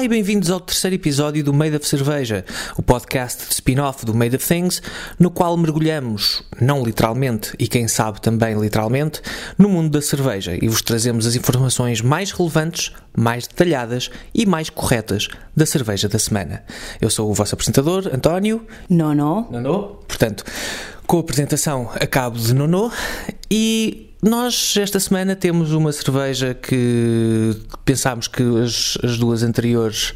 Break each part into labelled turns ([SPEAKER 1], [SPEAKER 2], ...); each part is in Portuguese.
[SPEAKER 1] e bem-vindos ao terceiro episódio do Made of Cerveja, o podcast de spin-off do Made of Things, no qual mergulhamos, não literalmente e quem sabe também literalmente, no mundo da cerveja e vos trazemos as informações mais relevantes, mais detalhadas e mais corretas da cerveja da semana. Eu sou o vosso apresentador, António.
[SPEAKER 2] Nono.
[SPEAKER 1] Nono. Portanto, com a apresentação a cabo de Nono e nós esta semana temos uma cerveja que pensámos que as, as duas anteriores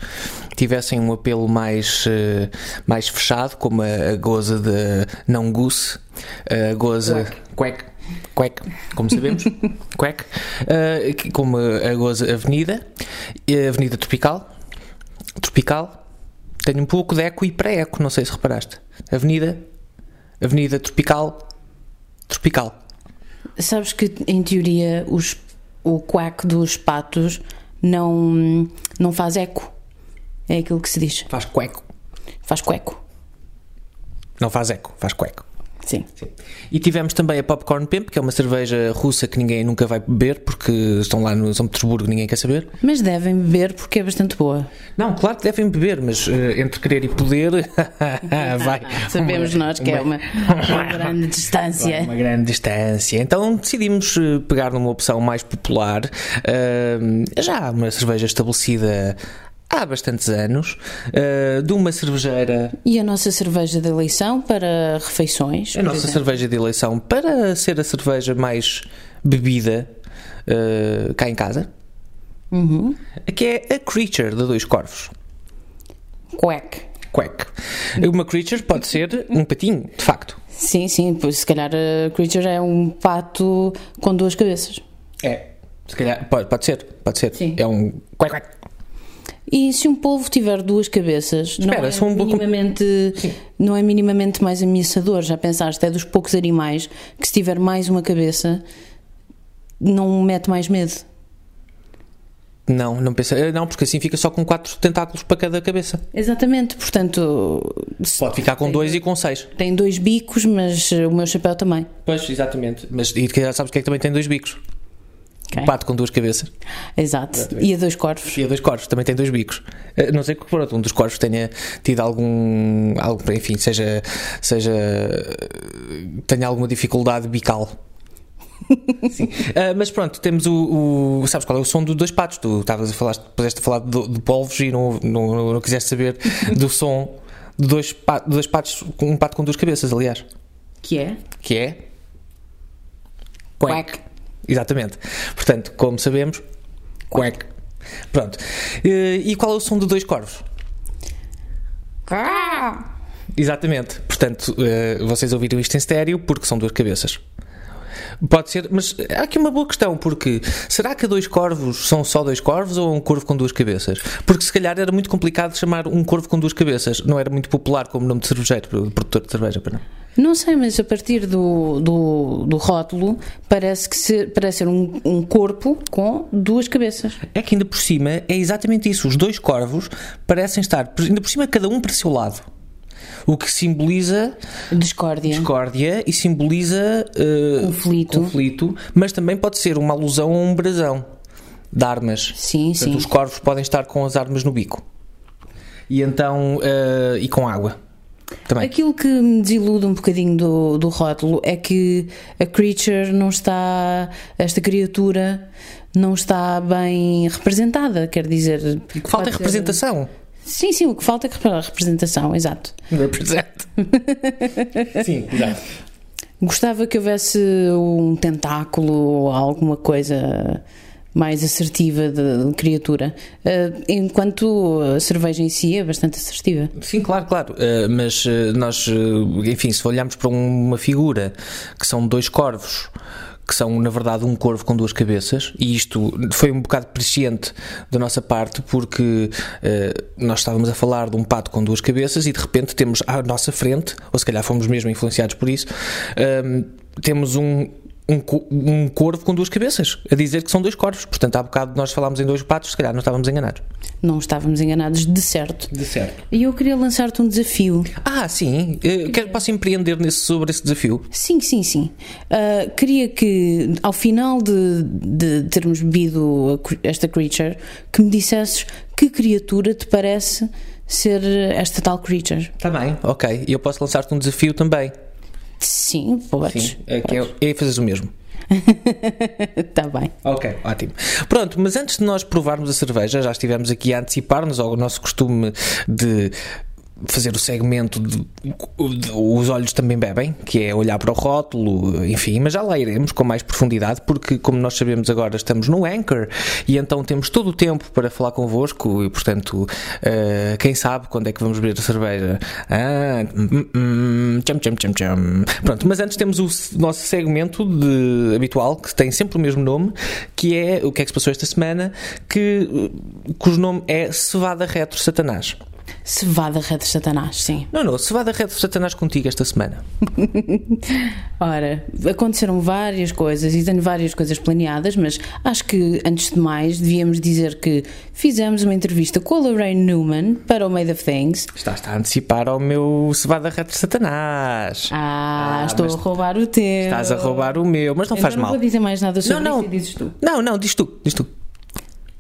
[SPEAKER 1] tivessem um apelo mais, eh, mais fechado, como a, a goza de não goose, a goza quack, quack, como sabemos, quack, eh, que- como a goza avenida, e a avenida tropical, tropical, tenho um pouco de eco e pré-eco, não sei se reparaste, avenida, avenida tropical, tropical.
[SPEAKER 2] Sabes que, em teoria, os- o quack dos patos não, não faz eco. É aquilo que se diz.
[SPEAKER 1] Faz cueco.
[SPEAKER 2] Faz cueco.
[SPEAKER 1] Não faz eco, faz cueco.
[SPEAKER 2] Sim.
[SPEAKER 1] E tivemos também a Popcorn Pimp, que é uma cerveja russa que ninguém nunca vai beber, porque estão lá no São Petersburgo e ninguém quer saber.
[SPEAKER 2] Mas devem beber porque é bastante boa.
[SPEAKER 1] Não, claro que devem beber, mas eh, entre querer e poder, Ah, vai.
[SPEAKER 2] Ah, Sabemos
[SPEAKER 1] uma-
[SPEAKER 2] nós que é uma, uma grande distância.
[SPEAKER 1] Uma grande distância. Então decidimos eh, pegar numa opção mais popular. ahm, já uma cerveja estabelecida há bastantes anos, ah, de uma cervejeira
[SPEAKER 2] E a nossa cerveja de eleição para refeições?
[SPEAKER 1] A
[SPEAKER 2] por
[SPEAKER 1] nossa
[SPEAKER 2] exemplo?
[SPEAKER 1] cerveja de eleição para ser a cerveja mais bebida eh, cá em casa,
[SPEAKER 2] Uhum.
[SPEAKER 1] que é a Creature de Dois Corvos.
[SPEAKER 2] Quack.
[SPEAKER 1] Quack. Uma Creature pode ser um patinho, de facto.
[SPEAKER 2] Sim, sim. Pois, se calhar a Creature é um pato com duas cabeças.
[SPEAKER 1] É. Se calhar, pode, pode ser, pode ser.
[SPEAKER 2] Sim.
[SPEAKER 1] É um quack, quack.
[SPEAKER 2] E se um polvo tiver duas cabeças, não,
[SPEAKER 1] Espera,
[SPEAKER 2] é
[SPEAKER 1] se um bocu-
[SPEAKER 2] minimamente, não é minimamente mais ameaçador, já pensaste? É dos poucos animais que, se tiver mais uma cabeça, não mete mais medo.
[SPEAKER 1] Não, não pensa. eh, Não, porque assim fica só com quatro tentáculos para cada cabeça.
[SPEAKER 2] Exatamente, portanto, se-
[SPEAKER 1] Pode ficar com dois e com seis.
[SPEAKER 2] tem dois bicos, mas eh, o meu chapéu também.
[SPEAKER 1] Pois, exatamente. Mas e que- sabes o que é que também tem dois bicos?
[SPEAKER 2] Ok?
[SPEAKER 1] Um pato com duas cabeças.
[SPEAKER 2] Exato, e a dois corvos.
[SPEAKER 1] E a dois corvos, também tem dois bicos. A Não sei que pronto, um dos corvos tenha tido algum. algum enfim, seja. seja tenha alguma dificuldade bical. Sim. Ah, mas pronto, temos o, o- Sabes qual é o som dos dois patos? Tu estavas a falar, puseste a falar de, de polvos e não, não, não quiseste saber do som de dois, pa- de dois patos, com- um pato com duas cabeças, aliás.
[SPEAKER 2] Que é?
[SPEAKER 1] Que é. Quack.
[SPEAKER 2] Quack.
[SPEAKER 1] Exatamente. Portanto, como sabemos, quack. Pronto. Eh, E qual é o som de dois corvos? Exatamente. Portanto, eh, vocês ouviram isto em estéreo porque são duas cabeças. Pode ser, mas há aqui uma boa questão, porque será que dois corvos são só dois corvos ou um corvo com duas cabeças? Porque se calhar era muito complicado chamar um corvo com duas cabeças, não era muito popular como nome de cervejeiro, produtor de cerveja, para não.
[SPEAKER 2] Não sei, mas a partir do, do, do rótulo parece, que ser, parece ser um, um corpo com duas cabeças.
[SPEAKER 1] É que ainda por cima é exatamente isso. Os dois corvos parecem estar, ainda por cima, cada um para o seu lado. O que simboliza
[SPEAKER 2] Discórdia.
[SPEAKER 1] discórdia e simboliza eh,
[SPEAKER 2] Conflito.
[SPEAKER 1] conflito, mas também pode ser uma alusão a um brasão de armas.
[SPEAKER 2] Sim,
[SPEAKER 1] Portanto,
[SPEAKER 2] sim.
[SPEAKER 1] os corvos podem estar com as armas no bico. E então. eh, e com água. Também.
[SPEAKER 2] Aquilo que me desilude um bocadinho do, do rótulo é que a creature não está, esta criatura não está bem representada, quer dizer.
[SPEAKER 1] E que falta é
[SPEAKER 2] pode ser-
[SPEAKER 1] representação.
[SPEAKER 2] Sim, sim, o que falta é que- representação, exato.
[SPEAKER 1] Represente. Sim, exato.
[SPEAKER 2] Gostava que houvesse um tentáculo ou alguma coisa mais assertiva de, de criatura, Eh, enquanto a cerveja em si é bastante assertiva.
[SPEAKER 1] Sim, claro, claro. Uh, mas uh, nós, uh, enfim, se olharmos para um- uma figura que são dois corvos, que são, na verdade, um corvo com duas cabeças, e isto foi um bocado presciente da nossa parte, porque uh, nós estávamos a falar de um pato com duas cabeças e de repente ehm, temos à nossa frente, ou se calhar fomos mesmo influenciados por isso, um, temos um um, co- um corvo com duas cabeças, a dizer que são dois corvos. Portanto, há bocado nós falámos em dois patos, se calhar não estávamos enganados.
[SPEAKER 2] Não estávamos enganados, de certo.
[SPEAKER 1] De certo.
[SPEAKER 2] E eu queria lançar-te um desafio.
[SPEAKER 1] Ah, sim. eh, quero, posso empreender nesse, sobre esse desafio?
[SPEAKER 2] Sim, sim, sim. Ah, queria que, ao final de, de termos bebido a cre- esta creature, que me dissesses que criatura te parece ser esta tal creature.
[SPEAKER 1] Está Tá bem. Ok. E eu posso lançar-te um desafio também.
[SPEAKER 2] Sim, podes.
[SPEAKER 1] Sim. É, que é, é fazeres o mesmo.
[SPEAKER 2] Está tá bem.
[SPEAKER 1] Ok, ótimo. Pronto, mas antes de nós provarmos a cerveja, já estivemos aqui a antecipar-nos ao nosso costume de fazer o segmento de, de- os olhos também bebem, que é olhar para o rótulo, enfim, mas já lá iremos com mais profundidade, porque como nós sabemos agora estamos no Anchor e então temos todo o tempo para falar convosco e portanto, eh, quem sabe quando é que vamos beber a cerveja. Ah, hum, hum, tcham, tcham, tcham, tcham. Pronto, mas antes temos o s- nosso segmento de, habitual, que tem sempre o mesmo nome, que é o que é que se passou esta semana, que eh, cujo nome é Cevada Retro Satanás.
[SPEAKER 2] Cevada Red Satanás, sim.
[SPEAKER 1] Não, não, Cevada Retro Satanás contigo esta semana.
[SPEAKER 2] Ora, aconteceram várias coisas e tenho várias coisas planeadas, mas acho que antes de mais devíamos dizer que fizemos uma entrevista com a Lorraine Newman para o Made of Things.
[SPEAKER 1] Estás a antecipar ao meu Cevada Retro Satanás.
[SPEAKER 2] Ah,
[SPEAKER 1] Ah,
[SPEAKER 2] estou
[SPEAKER 1] mas
[SPEAKER 2] a roubar o teu.
[SPEAKER 1] Estás a roubar o meu, mas não
[SPEAKER 2] Então
[SPEAKER 1] faz
[SPEAKER 2] não
[SPEAKER 1] mal.
[SPEAKER 2] vou dizer mais nada sobre
[SPEAKER 1] Não, não.
[SPEAKER 2] isso e dizes tu.
[SPEAKER 1] Não, não, diz tu, diz tu.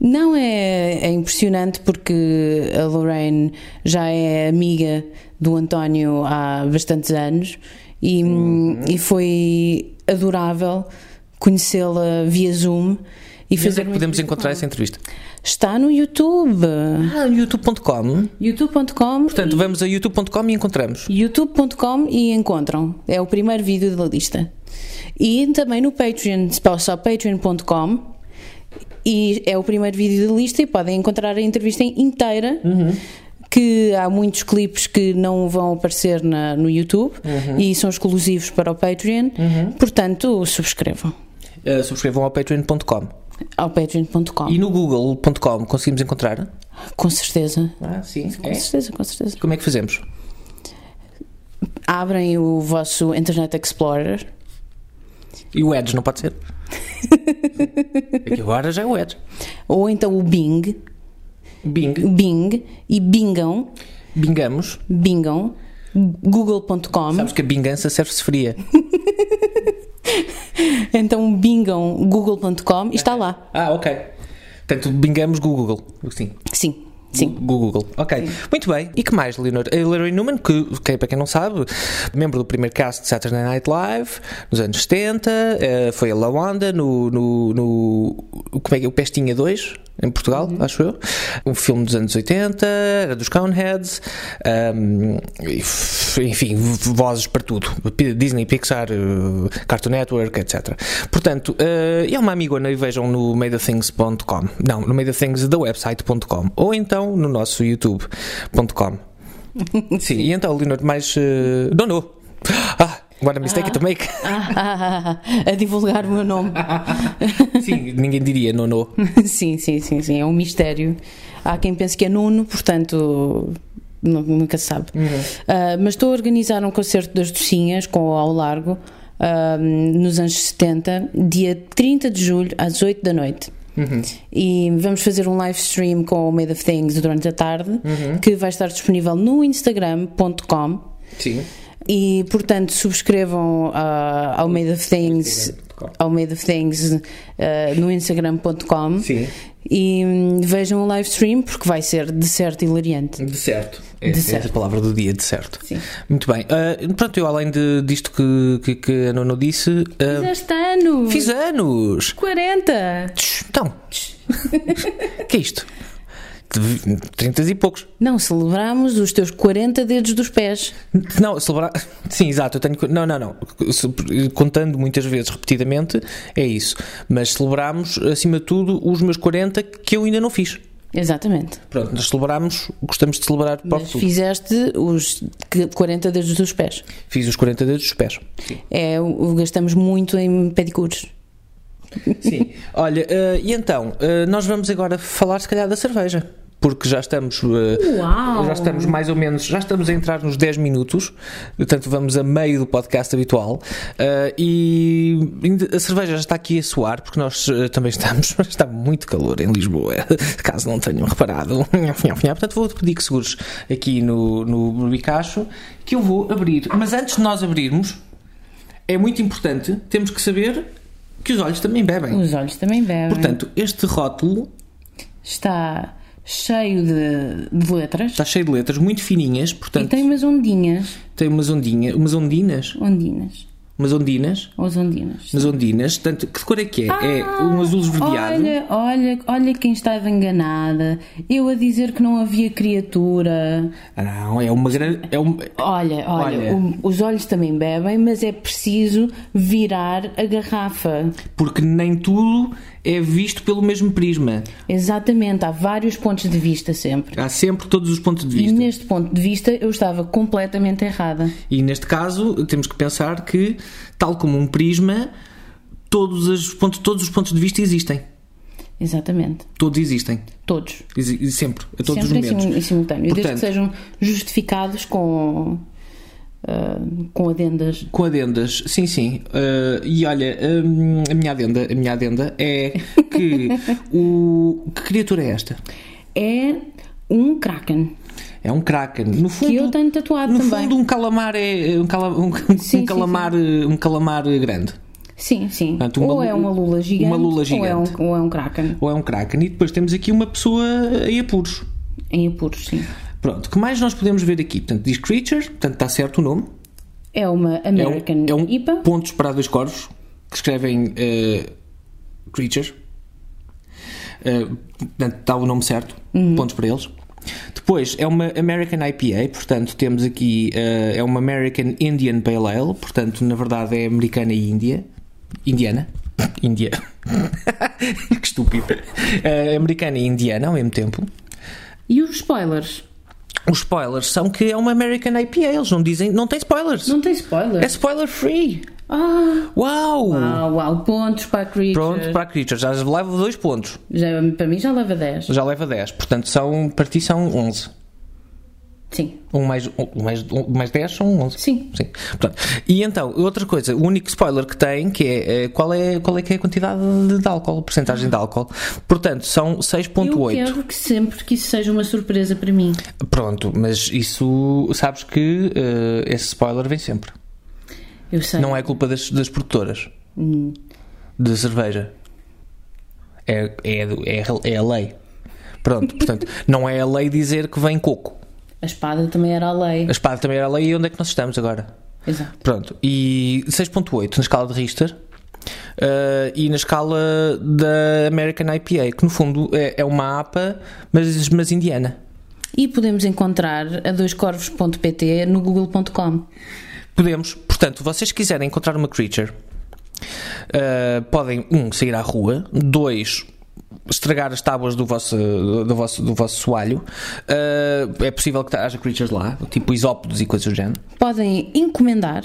[SPEAKER 2] Não é, é impressionante porque a Lorraine já é amiga do António há bastantes anos e, e foi adorável conhecê-la via Zoom
[SPEAKER 1] E
[SPEAKER 2] e
[SPEAKER 1] onde
[SPEAKER 2] fazer
[SPEAKER 1] é que
[SPEAKER 2] uma
[SPEAKER 1] podemos
[SPEAKER 2] entrevista com
[SPEAKER 1] encontrar
[SPEAKER 2] ela.
[SPEAKER 1] essa entrevista?
[SPEAKER 2] Está no YouTube.
[SPEAKER 1] Ah, youtube.com.
[SPEAKER 2] youtube.com
[SPEAKER 1] Portanto, vamos a youtube.com e encontramos.
[SPEAKER 2] youtube.com e encontram. É o primeiro vídeo da lista. E também no Patreon, só- só patreon.com. E é o primeiro vídeo da lista e podem encontrar a entrevista inteira.
[SPEAKER 1] Uhum.
[SPEAKER 2] Que há muitos clipes que não vão aparecer na- no YouTube
[SPEAKER 1] Uhum.
[SPEAKER 2] e são exclusivos para o Patreon, portanto, subscrevam
[SPEAKER 1] Eh, subscrevam ao patreon.com.
[SPEAKER 2] ao patreon.com.
[SPEAKER 1] E no google.com conseguimos encontrar?
[SPEAKER 2] Com certeza,
[SPEAKER 1] Ah, sim.
[SPEAKER 2] com certeza, com certeza.
[SPEAKER 1] Como é que fazemos?
[SPEAKER 2] Abrem o vosso Internet Explorer,
[SPEAKER 1] E o Edge, não pode ser? É que agora já é o Edge.
[SPEAKER 2] ou então o Bing,
[SPEAKER 1] Bing.
[SPEAKER 2] Bing e bingam,
[SPEAKER 1] Bingamos.
[SPEAKER 2] bingam, google.com.
[SPEAKER 1] Sabes que a bingança serve-se fria.
[SPEAKER 2] Então bingam google.com e está lá.
[SPEAKER 1] Ah, ok. Portanto, bingamos Google. Sim.
[SPEAKER 2] Sim, sim.
[SPEAKER 1] Google. Ok. Muito bem. E que mais, Leonor? A Larry Newman, que, que, para quem não sabe, membro do primeiro cast de Saturday Night Live, nos anos 70, eh, foi a Lawanda no, no, no- Como é que é? O Pestinha 2, em Portugal,
[SPEAKER 2] Uhum.
[SPEAKER 1] acho eu. Um filme dos anos 80, era dos Coneheads. ahm, e f- enfim, v- vozes para tudo. P- Disney, Pixar, eh, Cartoon Network, etc. Portanto, eh, é uma amigona e vejam no madeofthings.com. Não, no madeofthings da website.com. Ou então no nosso youtube.com. Sim, e então, Leonor, mais. eh, Don't know. Ah, what a mistake to make.
[SPEAKER 2] Ah, ah, ah, a divulgar o meu nome.
[SPEAKER 1] Sim, ninguém diria nono.
[SPEAKER 2] Sim, sim, sim, sim. É um mistério. Há quem pense que é Nuno, portanto. nu- Nunca se sabe. Ah, mas estou a organizar um concerto das docinhas com o ao largo ah, nos anos 70, dia 30 de julho, às 8 da noite. E vamos fazer um live stream com o Made of Things durante a tarde, que vai estar disponível no Instagram.com.
[SPEAKER 1] Sim.
[SPEAKER 2] E portanto, subscrevam ah, ao Made of Things,
[SPEAKER 1] Instagram.com.
[SPEAKER 2] ao Made of Things ah, no Instagram.com
[SPEAKER 1] Sim.
[SPEAKER 2] e hum, vejam o live stream porque vai ser de certo hilariante.
[SPEAKER 1] De certo.
[SPEAKER 2] De
[SPEAKER 1] Essa é
[SPEAKER 2] certo.
[SPEAKER 1] a palavra do dia, de certo.
[SPEAKER 2] Sim.
[SPEAKER 1] Muito bem. Ah, pronto, eu além de, disto que, que, que a Nono disse, ah,
[SPEAKER 2] Fizeste ano!
[SPEAKER 1] fiz anos!
[SPEAKER 2] 40!
[SPEAKER 1] Tch, Então, que é isto? Trintas e poucos.
[SPEAKER 2] Não, celebramos os teus 40 dedos dos pés.
[SPEAKER 1] Não, celebrar. Sim, exato. Eu tenho. que- Não, não, não. Se- Contando muitas vezes repetidamente, é isso. Mas celebramos, acima de tudo, os meus 40 que eu ainda não fiz.
[SPEAKER 2] Exatamente.
[SPEAKER 1] Pronto, nós celebramos, gostamos de celebrar para o
[SPEAKER 2] Mas
[SPEAKER 1] futuro.
[SPEAKER 2] fizeste os que- 40 dedos dos pés.
[SPEAKER 1] Fiz os 40 dedos dos pés.
[SPEAKER 2] É, o- gastamos muito em pedicures.
[SPEAKER 1] Sim. Olha, eh, e então, eh, nós vamos agora falar se calhar da cerveja. porque já estamos, eh,
[SPEAKER 2] Uau!
[SPEAKER 1] já estamos mais ou menos, já estamos a entrar nos 10 minutos, portanto vamos a meio do podcast habitual eh, e ainda- a cerveja já está aqui a suar, porque nós eh, também estamos, mas está muito calor em Lisboa, caso não tenham reparado. Portanto vou pedir que segures aqui no, no, no bicacho, que eu vou abrir. Mas antes de nós abrirmos, é muito importante, temos que saber que os olhos também bebem.
[SPEAKER 2] Os olhos também bebem.
[SPEAKER 1] Portanto, este rótulo
[SPEAKER 2] Está cheio de, de letras
[SPEAKER 1] está cheio de letras muito fininhas,
[SPEAKER 2] e
[SPEAKER 1] Tá, portanto
[SPEAKER 2] tem umas ondinhas.
[SPEAKER 1] tem umas ondinhas, umas ondinas,
[SPEAKER 2] Ondinas.
[SPEAKER 1] umas ondinas,
[SPEAKER 2] Ou as ondinas.
[SPEAKER 1] umas ondinas, portanto, que cor é que é? é um azul esverdeado.
[SPEAKER 2] Ah, Olha, olha, olha quem estava enganada. Eu a dizer que não havia criatura.
[SPEAKER 1] Ah, não, é uma grande. É um,
[SPEAKER 2] Olha, olha,
[SPEAKER 1] Olha.
[SPEAKER 2] o- os olhos também bebem, mas é preciso virar a garrafa.
[SPEAKER 1] porque nem tudo é visto pelo mesmo prisma.
[SPEAKER 2] Exatamente, há vários pontos de vista sempre.
[SPEAKER 1] Há sempre todos os pontos de
[SPEAKER 2] E
[SPEAKER 1] vista.
[SPEAKER 2] neste ponto de vista eu estava completamente errada.
[SPEAKER 1] E neste caso temos que pensar que, tal como um prisma, todos os pontos, todos os pontos de vista existem.
[SPEAKER 2] Exatamente,
[SPEAKER 1] Todos existem.
[SPEAKER 2] todos.
[SPEAKER 1] Exi- e Sempre, a todos
[SPEAKER 2] sempre assim,
[SPEAKER 1] os
[SPEAKER 2] em sim-
[SPEAKER 1] momentos.
[SPEAKER 2] em simultâneo, desde que
[SPEAKER 1] Portanto-
[SPEAKER 2] sejam justificados com, ah, com adendas.
[SPEAKER 1] Com adendas, sim, sim. Ah, e olha, hum, a minha adenda, a minha adenda é que o que criatura é esta?
[SPEAKER 2] É um kraken,
[SPEAKER 1] É um kraken. No fundo,
[SPEAKER 2] que eu tenho tatuado
[SPEAKER 1] no
[SPEAKER 2] também.
[SPEAKER 1] fundo um calamar é um, cala- um- um
[SPEAKER 2] sim,
[SPEAKER 1] calamar, um calamar grande.
[SPEAKER 2] Sim, sim.
[SPEAKER 1] Portanto, uma
[SPEAKER 2] ou é
[SPEAKER 1] lu-
[SPEAKER 2] uma lula gigante,
[SPEAKER 1] uma lula
[SPEAKER 2] Ou, é um, ou é um kraken.
[SPEAKER 1] Ou é um kraken. E depois temos aqui uma pessoa em apuros.
[SPEAKER 2] Em apuros, sim.
[SPEAKER 1] Pronto, que mais nós podemos ver aqui? Portanto, diz creature, portanto está certo o nome.
[SPEAKER 2] É uma
[SPEAKER 1] É um,
[SPEAKER 2] American
[SPEAKER 1] é um
[SPEAKER 2] IPA.
[SPEAKER 1] pontos para dois corvos que escrevem eh, creature. Eh, portanto, está o nome certo.
[SPEAKER 2] Uhum.
[SPEAKER 1] Pontos para eles. Depois é uma American IPA, portanto temos aqui eh, é uma American Indian Pale Ale, portanto na verdade é americana e índia, indiana, índia, que estúpido, Eh, americana e indiana ao mesmo tempo.
[SPEAKER 2] E os spoilers?
[SPEAKER 1] Os spoilers são que é uma American IPA, eles não dizem, não tem spoilers,
[SPEAKER 2] Não tem
[SPEAKER 1] é
[SPEAKER 2] spoilers?
[SPEAKER 1] spoiler free.
[SPEAKER 2] Ah,
[SPEAKER 1] Uau!
[SPEAKER 2] uau, uau. Pontos para a Creature.
[SPEAKER 1] Pronto, para a Creature, já leva 2 pontos.
[SPEAKER 2] Já, para mim já leva 10.
[SPEAKER 1] Já leva 10. Portanto, são, para ti são 11.
[SPEAKER 2] Sim.
[SPEAKER 1] Um mais, um, mais, um mais 10 são 11.
[SPEAKER 2] Sim.
[SPEAKER 1] Sim. Portanto, e então, outra coisa, o único spoiler que tem que é eh, qual é, qual é, que é a quantidade de, de álcool, a porcentagem de álcool. Portanto, são
[SPEAKER 2] Eu
[SPEAKER 1] 6.8.
[SPEAKER 2] quero que sempre que isso seja uma surpresa para mim.
[SPEAKER 1] Pronto, mas isso sabes que eh, esse spoiler vem sempre.
[SPEAKER 2] Eu sei.
[SPEAKER 1] Não é culpa das, das produtoras de cerveja. É, é, do- é, é a lei. Pronto, portanto, não é a lei dizer que vem coco.
[SPEAKER 2] A espada também era a lei.
[SPEAKER 1] A espada também era a lei e onde é que nós estamos agora?
[SPEAKER 2] Exato.
[SPEAKER 1] Pronto, e 6.8 na escala de Richter eh, e na escala da American IPA, que no fundo é, é uma APA, mas, mas indiana.
[SPEAKER 2] E podemos encontrar a doiscorvos.pt no google.com.
[SPEAKER 1] Podemos, portanto, vocês quiserem encontrar uma creature, uh, podem, um, sair à rua, dois, estragar as tábuas do vosso, do vosso, do vosso soalho. Uh, é possível que haja creatures lá, tipo isópodos e coisas do género.
[SPEAKER 2] Podem encomendar.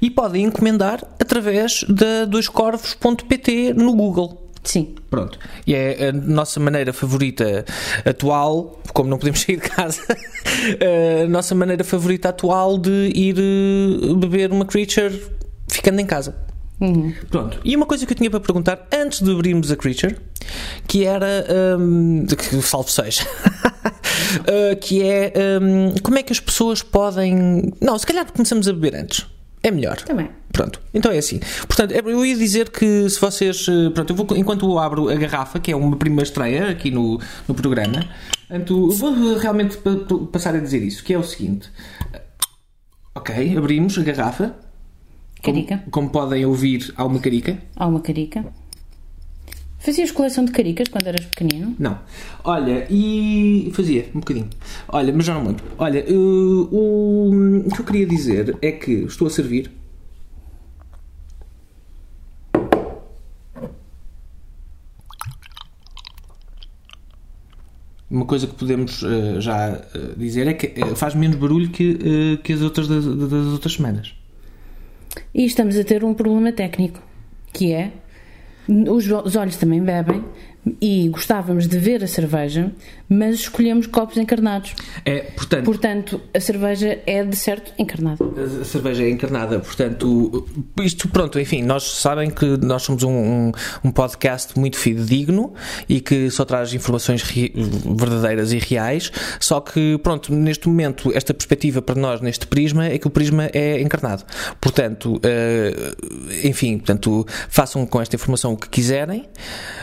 [SPEAKER 1] E podem encomendar através da doiscorvos.pt no Google.
[SPEAKER 2] Sim.
[SPEAKER 1] Pronto. E é a nossa maneira favorita atual, como não podemos sair de casa, a nossa maneira favorita atual de ir eh, beber uma creature ficando em casa.
[SPEAKER 2] Uhum.
[SPEAKER 1] Pronto. E uma coisa que eu tinha para perguntar antes de abrirmos a creature, que era. hum, que, salvo seja. Uh, que é hum, como é que as pessoas podem. Não, se calhar começamos a beber antes. É melhor.
[SPEAKER 2] Também.
[SPEAKER 1] Pronto, então é assim. Portanto, eu ia dizer que se vocês. eh, Pronto, eu vou, enquanto eu abro a garrafa, que é uma primeira estreia aqui no, no programa, portanto, vou eh, realmente pa- pa- passar a dizer isso, que é o seguinte. Ok, abrimos a garrafa. Como,
[SPEAKER 2] Carica.
[SPEAKER 1] como podem ouvir, há uma carica.
[SPEAKER 2] Há uma carica. Fazias coleção de caricas quando eras pequenino?
[SPEAKER 1] Não. Olha, e. Fazia, um bocadinho. Olha, mas já não muito. Olha, uh, o, o que eu queria dizer é que estou a servir. Uma coisa que podemos uh, já uh, dizer é que uh, faz menos barulho que, uh, que as outras das, das outras semanas.
[SPEAKER 2] E estamos a ter um problema técnico, que é os, os olhos também bebem, e gostávamos de ver a cerveja, mas escolhemos copos encarnados.
[SPEAKER 1] É, portanto,
[SPEAKER 2] Portanto, a cerveja é de certo encarnada.
[SPEAKER 1] a cerveja é encarnada, portanto, isto pronto, enfim, nós sabem que nós somos um, um, um podcast muito fidedigno e que só traz informações re- verdadeiras e reais, só que pronto, neste momento, esta perspectiva para nós neste prisma é que o prisma é encarnado. Portanto, eh, enfim, portanto, façam com esta informação o que quiserem,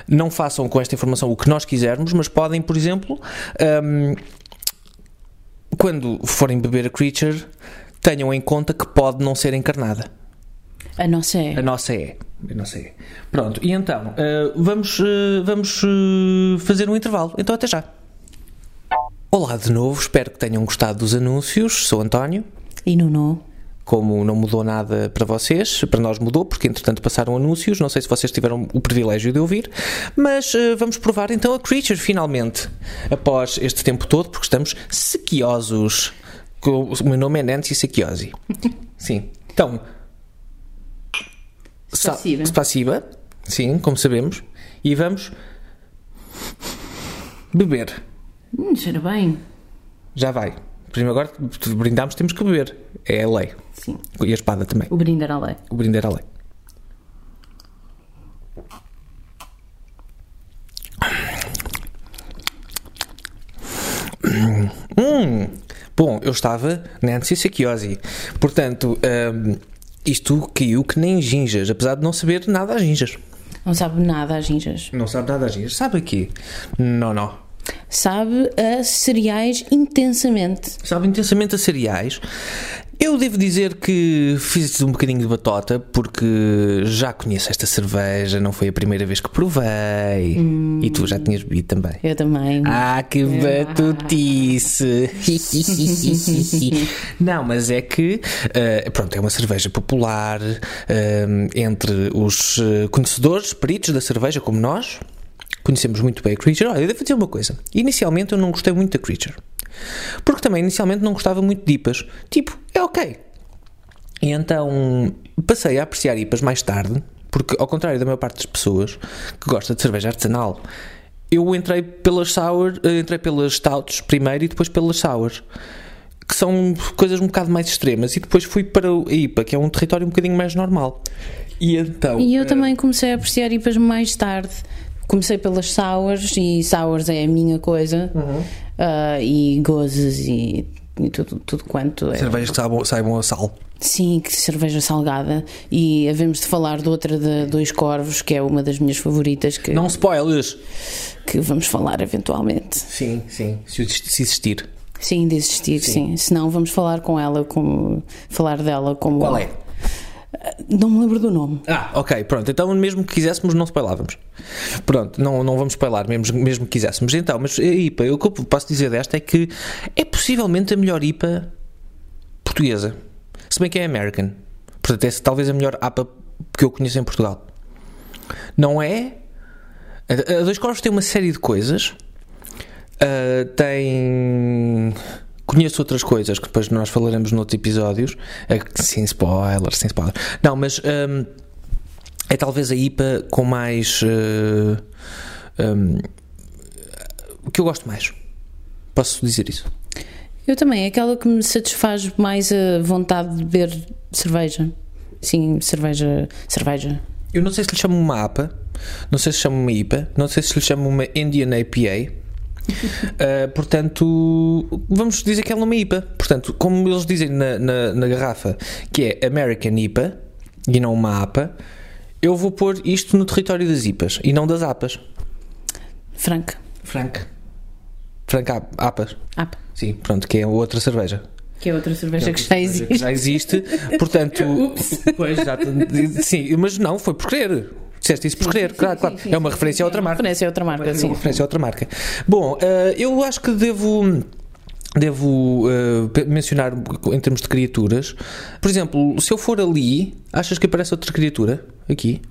[SPEAKER 1] não façam com esta informação o que nós quisermos, mas podem, por exemplo, ehm, quando forem beber a creature, tenham em conta que pode não ser encarnada.
[SPEAKER 2] A nossa
[SPEAKER 1] A
[SPEAKER 2] é.
[SPEAKER 1] nossa é. A nossa é. Pronto, e então, eh, vamos, eh, vamos eh, fazer um intervalo. Então, até já. Olá de novo, espero que tenham gostado dos anúncios. Sou António.
[SPEAKER 2] E Nuno?
[SPEAKER 1] Como não mudou nada para vocês, para nós mudou, porque entretanto passaram anúncios. Não sei se vocês tiveram o privilégio de ouvir, mas eh, vamos provar então a Creature finalmente, após este tempo todo, porque estamos sequiosos. Com- O meu nome é Nancy Sequiosi. Sim. Então. sa-
[SPEAKER 2] Spassiba.
[SPEAKER 1] Spassiba, sim, como sabemos. E vamos. beber.
[SPEAKER 2] Hum, cheira bem.
[SPEAKER 1] Já vai. Primeiro, agora brindámos, temos que beber. É a lei.
[SPEAKER 2] Sim.
[SPEAKER 1] E a espada também.
[SPEAKER 2] O é. brinde era lei.
[SPEAKER 1] O brinde era lei. Hum. Bom, eu estava Nancy Sequiosi. Portanto, hum, isto caiu que nem ginjas, apesar de não saber nada a ginjas.
[SPEAKER 2] Não sabe nada às ginjas.
[SPEAKER 1] Não sabe nada a ginjas. Sabe aqui? Não, não.
[SPEAKER 2] Sabe a cereais intensamente.
[SPEAKER 1] Sabe intensamente a cereais. Eu devo dizer que fiz um bocadinho de batota porque já conheço esta cerveja, não foi a primeira vez que provei. E tu já tinhas bebido também.
[SPEAKER 2] Eu também.
[SPEAKER 1] Ah, que batutice! não, mas é que, eh, pronto, é uma cerveja popular eh, entre os eh, conhecedores, peritos da cerveja, como nós. Conhecemos muito bem a Creature. Olha, eu devo dizer uma coisa. Inicialmente eu não gostei muito da Creature. Porque também inicialmente não gostava muito de IPAs. Tipo, é ok. E então passei a apreciar IPAs mais tarde, porque ao contrário da maior parte das pessoas que gosta de cerveja artesanal, eu entrei pelas sour, eh, entrei pelas stouts primeiro e depois pelas sours, que são coisas um bocado mais extremas, e depois fui para o IPA, que é um território um bocadinho mais normal. E então,
[SPEAKER 2] E eu também comecei a apreciar IPAs mais tarde. Comecei pelas sours e sours é a minha coisa.
[SPEAKER 1] Uhum.
[SPEAKER 2] Ah, e gozes e, e tudo, tudo quanto é.
[SPEAKER 1] cervejas que saibam, saibam a sal.
[SPEAKER 2] Sim, que cerveja salgada. E havemos de falar de outra de Dois Corvos, que é uma das minhas favoritas, que,
[SPEAKER 1] Não spoilers!
[SPEAKER 2] que vamos falar eventualmente.
[SPEAKER 1] Sim, sim, se existir.
[SPEAKER 2] Sim, de existir, sim. Se não, vamos falar com ela, como, falar dela como.
[SPEAKER 1] Qual é?
[SPEAKER 2] Não me lembro do nome.
[SPEAKER 1] Ah, ok, pronto. Então, mesmo que quiséssemos, não spoilávamos. Pronto, não, não vamos spoilar, mesmo, mesmo que quiséssemos. Então, mas a IPA, eu- o que eu posso dizer desta é que é possivelmente a melhor IPA portuguesa. Se bem que é American. Portanto, é talvez a melhor APA que eu conheço em Portugal. Não é? A, a Dois Corvos tem uma série de coisas. Uh, tem. Conheço outras coisas que depois nós falaremos noutros episódios. É que- sem spoilers, sem spoilers. Não, mas um, é talvez a IPA com mais. uh, um, que eu gosto mais. Posso dizer isso?
[SPEAKER 2] Eu também, é aquela que me satisfaz mais a vontade de beber cerveja. Sim, cerveja. Cerveja.
[SPEAKER 1] Eu não sei se lhe chamo uma APA, não sei se chamo uma IPA, não sei se lhe chamo uma Indian APA. Ah, portanto, vamos dizer que ela é uma IPA. Portanto, como eles dizem na, na- na garrafa que é American IPA e não uma APA, eu vou pôr isto no território das IPAs e não das APAs.
[SPEAKER 2] Franca.
[SPEAKER 1] Frank. Frank A- APAs.
[SPEAKER 2] Apa.
[SPEAKER 1] Sim, pronto, que é outra cerveja.
[SPEAKER 2] Que é outra cerveja que já
[SPEAKER 1] Cerveja que
[SPEAKER 2] existe.
[SPEAKER 1] já existe. Portanto, pois, exato. sim, mas não, foi por querer. Disseste isso por querer, claro, claro. é uma referência a outra marca.
[SPEAKER 2] Parece outra marca,
[SPEAKER 1] Sim,
[SPEAKER 2] sim.
[SPEAKER 1] referência a outra marca. Bom, eh, eu acho que devo. eh, Devo eh, pe- mencionar em termos de criaturas. Por exemplo, se eu for ali, achas que aparece outra criatura aqui?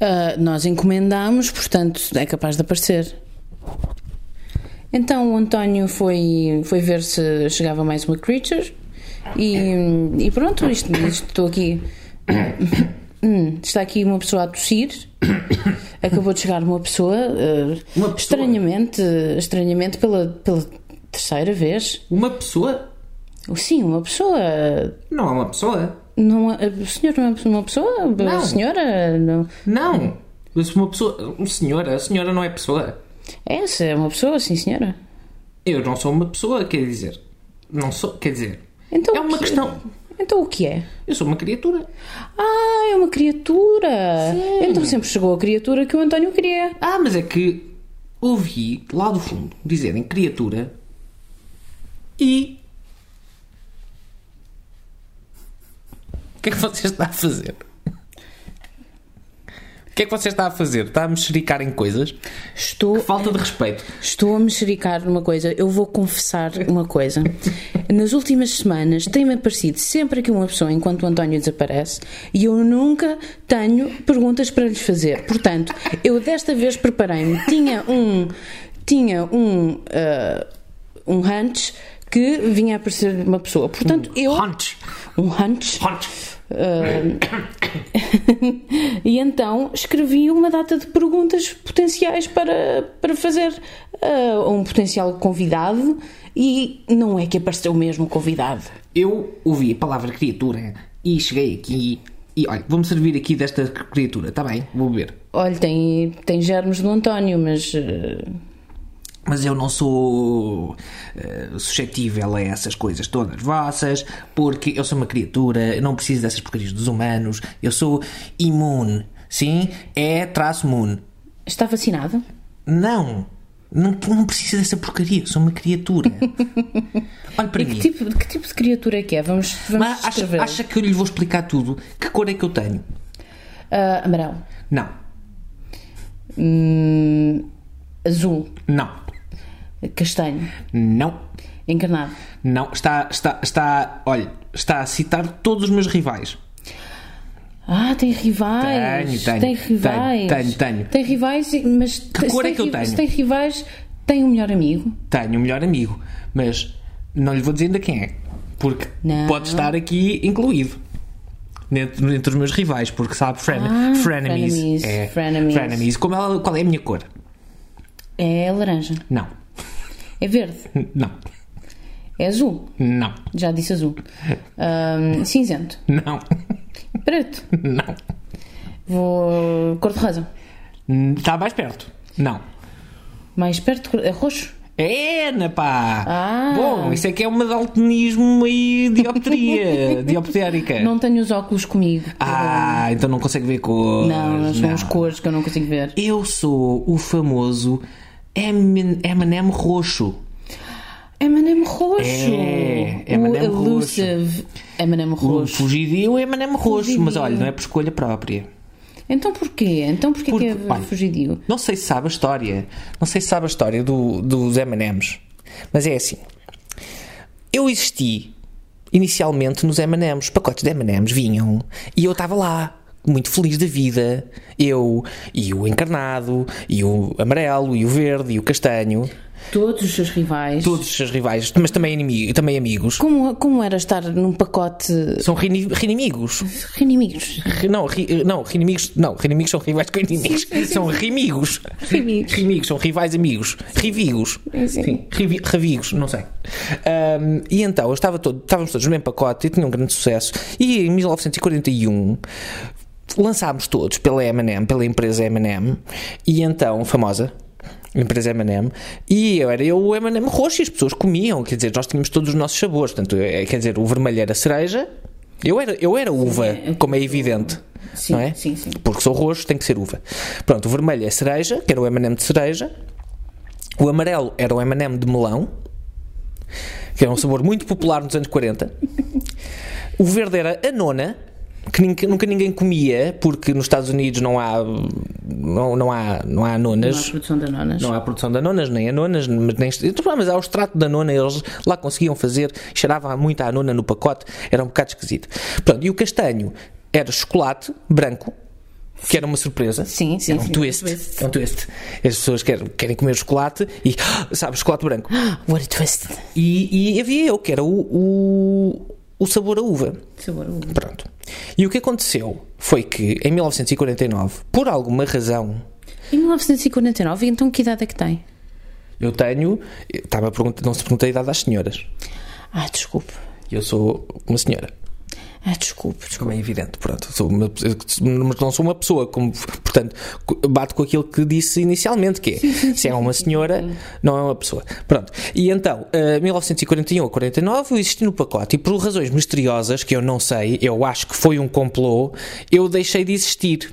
[SPEAKER 2] Ah, nós encomendámos, portanto é capaz de aparecer. Então o António foi, foi ver se chegava mais uma creature e, e pronto, isto, isto estou aqui. Hum, Está aqui uma pessoa a tossir. Acabou de chegar uma pessoa, eh,
[SPEAKER 1] Uma pessoa?
[SPEAKER 2] estranhamente, estranhamente pela, pela terceira vez.
[SPEAKER 1] Uma pessoa?
[SPEAKER 2] Sim, uma pessoa.
[SPEAKER 1] Não é uma pessoa.
[SPEAKER 2] Não, é- o senhor não é uma pessoa?
[SPEAKER 1] Não.
[SPEAKER 2] A senhora? Não.
[SPEAKER 1] Não. Uma pessoa. um Senhora, a senhora não é pessoa.
[SPEAKER 2] Essa é uma pessoa, sim, senhora.
[SPEAKER 1] Eu não sou uma pessoa, quer dizer. Não sou, quer dizer.
[SPEAKER 2] Então,
[SPEAKER 1] É
[SPEAKER 2] o
[SPEAKER 1] uma
[SPEAKER 2] que-
[SPEAKER 1] questão.
[SPEAKER 2] Então o que é?
[SPEAKER 1] Eu sou uma criatura.
[SPEAKER 2] Ah, é uma criatura! Então sempre chegou a criatura que o António queria.
[SPEAKER 1] Ah, mas é que ouvi lá do fundo dizerem criatura e. O que é que você está a fazer? O que é que você está a fazer? Está a mexericar em coisas?
[SPEAKER 2] Estou,
[SPEAKER 1] Falta de respeito.
[SPEAKER 2] estou a mexericar numa coisa. Eu vou confessar uma coisa. Nas últimas semanas tem-me aparecido sempre aqui uma pessoa enquanto o António desaparece e eu nunca tenho perguntas para lhes fazer. Portanto, eu desta vez preparei-me. Tinha um. Tinha um. ah, um hunch que vinha a aparecer uma pessoa. Portanto, eu.
[SPEAKER 1] Hunch,
[SPEAKER 2] Um hunch.
[SPEAKER 1] hunch.
[SPEAKER 2] E então escrevi uma data de perguntas potenciais para, para fazer ah, a um potencial convidado e não é que apareceu mesmo o convidado.
[SPEAKER 1] Eu ouvi a palavra criatura e cheguei aqui e olha, vou-me servir aqui desta criatura, está bem? Vou beber.
[SPEAKER 2] Olha, tem, tem germes do António, mas ah,
[SPEAKER 1] Mas eu não sou eh, suscetível a essas coisas todas vossas, porque eu sou uma criatura, eu não preciso dessas porcarias dos humanos, eu sou imune. Sim, é traço imune.
[SPEAKER 2] está vacinado?
[SPEAKER 1] Não, não, não preciso dessa porcaria, eu sou uma criatura. Olha para mim.
[SPEAKER 2] Que tipo, de que tipo de criatura é que é? Vamos, vamos
[SPEAKER 1] Mas
[SPEAKER 2] descrever.
[SPEAKER 1] acha, acha que eu lhe vou explicar tudo? Que cor é que eu tenho?
[SPEAKER 2] Ah, amarelo,
[SPEAKER 1] Não,
[SPEAKER 2] Hum, azul,
[SPEAKER 1] não,
[SPEAKER 2] castanho,
[SPEAKER 1] não,
[SPEAKER 2] encarnado.
[SPEAKER 1] não. Está, está, está, olha, está a citar todos os meus rivais.
[SPEAKER 2] Ah, tem
[SPEAKER 1] Tenho,
[SPEAKER 2] rivais.
[SPEAKER 1] tenho,
[SPEAKER 2] tem rivais.
[SPEAKER 1] tenho, tenho, tenho.
[SPEAKER 2] Tem rivais, mas que
[SPEAKER 1] cor é que eu
[SPEAKER 2] Se
[SPEAKER 1] tenho?
[SPEAKER 2] tem rivais, tem um melhor amigo.
[SPEAKER 1] tenho um melhor amigo, mas não lhe vou dizer ainda quem é, porque
[SPEAKER 2] Não.
[SPEAKER 1] pode estar aqui incluído. Entre, entre os meus rivais, porque sabe, fren,
[SPEAKER 2] Ah,
[SPEAKER 1] frenemies,
[SPEAKER 2] frenemies,
[SPEAKER 1] É,
[SPEAKER 2] frenemies.
[SPEAKER 1] Como ela- qual é a minha cor?
[SPEAKER 2] É laranja.
[SPEAKER 1] Não,
[SPEAKER 2] É verde.
[SPEAKER 1] não,
[SPEAKER 2] É azul.
[SPEAKER 1] não,
[SPEAKER 2] Já disse azul. Ahm, cinzento.
[SPEAKER 1] não,
[SPEAKER 2] Preto.
[SPEAKER 1] não.
[SPEAKER 2] Vou. Cor-de-rosa.
[SPEAKER 1] Está mais perto. Não.
[SPEAKER 2] Mais perto. cor- É roxo.
[SPEAKER 1] É, Ana, pá!
[SPEAKER 2] Ah.
[SPEAKER 1] Bom, isso é que é uma daltonismo e dioptria, dioptérica.
[SPEAKER 2] Não tenho os óculos comigo.
[SPEAKER 1] É. Ah, então não consegue ver cor.
[SPEAKER 2] Não, mas são as cores que eu não consigo ver.
[SPEAKER 1] Eu sou o famoso M- M&M roxo.
[SPEAKER 2] Eminem roxo.
[SPEAKER 1] É,
[SPEAKER 2] o
[SPEAKER 1] M&M roxo.
[SPEAKER 2] elusive Eminem
[SPEAKER 1] O
[SPEAKER 2] roxo.
[SPEAKER 1] fugidio é M&M roxo,
[SPEAKER 2] Fugidio.
[SPEAKER 1] mas olha, não é por escolha própria.
[SPEAKER 2] Então porquê? Então porquê
[SPEAKER 1] Porque,
[SPEAKER 2] que é
[SPEAKER 1] olha,
[SPEAKER 2] fugidio?
[SPEAKER 1] Não sei se sabe a história. Não sei se sabe a história do, dos M&M's. Mas é assim. Eu existi inicialmente nos M&M's. Pacotes de M&M's vinham e eu estava lá. Muito feliz da vida, eu e o encarnado, e o amarelo, e o verde, e o castanho,
[SPEAKER 2] Todos os seus rivais.
[SPEAKER 1] todos os seus rivais, mas também, inimigo, também amigos.
[SPEAKER 2] Como, como era estar num pacote
[SPEAKER 1] São reini- reinimigos.
[SPEAKER 2] de inimigos?
[SPEAKER 1] Ri- Não, ri- não, inimigos, não, inimigos são rivais com inimigos. São rimigos.
[SPEAKER 2] Rimigos.
[SPEAKER 1] Rimigos, são rivais amigos. Rivigos.
[SPEAKER 2] sim.
[SPEAKER 1] Sim, rivi- Ravigos, não sei. Ahm, e então, eu estava todo, estávamos todos no mesmo pacote e tinha um grande sucesso. E um, em 1941 lançámos todos pela M&M, pela empresa M&M, e então, famosa, empresa M&M, e eu era eu o M&M roxo e as pessoas comiam, quer dizer, nós tínhamos todos os nossos sabores, portanto, eh, quer dizer, o vermelho era cereja, eu era, eu era uva,
[SPEAKER 2] é-
[SPEAKER 1] como é evidente.
[SPEAKER 2] Sim,
[SPEAKER 1] não é?
[SPEAKER 2] sim, sim.
[SPEAKER 1] Porque sou roxo, tem que ser uva. Pronto, o vermelho é cereja, que era o M&M de cereja. O amarelo era o M&M de melão, que era um sabor muito popular nos anos 40. O verde era a nona, que ninguém- nunca ninguém comia, porque nos Estados Unidos não há não, não há não há
[SPEAKER 2] Não há
[SPEAKER 1] nonas.
[SPEAKER 2] produção de anonas.
[SPEAKER 1] Não há produção de anonas, nem anonas, mas nem. Então, pá, Mas há o extrato da nona, eles lá conseguiam fazer, cheirava muito a nona no pacote, era um bocado esquisito. Pronto, e o castanho era chocolate branco, que era uma surpresa.
[SPEAKER 2] Sim, sim,
[SPEAKER 1] É um
[SPEAKER 2] sim.
[SPEAKER 1] twist. É um twist. As pessoas querem, querem comer chocolate e, sabe, chocolate branco.
[SPEAKER 2] Ah, What a twist.
[SPEAKER 1] E, e havia eu, que era o, o, o sabor a uva.
[SPEAKER 2] Sabor uva.
[SPEAKER 1] Pronto. E o que aconteceu foi que, em 1949, por alguma razão,
[SPEAKER 2] Em 1949, então que idade é que tem?
[SPEAKER 1] Eu tenho. Estava a perguntar, não se perguntei a idade às senhoras.
[SPEAKER 2] Ah, desculpe.
[SPEAKER 1] Eu sou uma senhora.
[SPEAKER 2] Ah, desculpe, desculpe.
[SPEAKER 1] Como é evidente, pronto, sou uma, mas não sou uma pessoa, como, portanto, bato com aquilo que disse inicialmente, que é, se é uma senhora, não é uma pessoa. Pronto, e então, eh, 1941 a 49, eu existi no pacote, e por razões misteriosas, que eu não sei, eu acho que foi um complô, eu deixei de existir.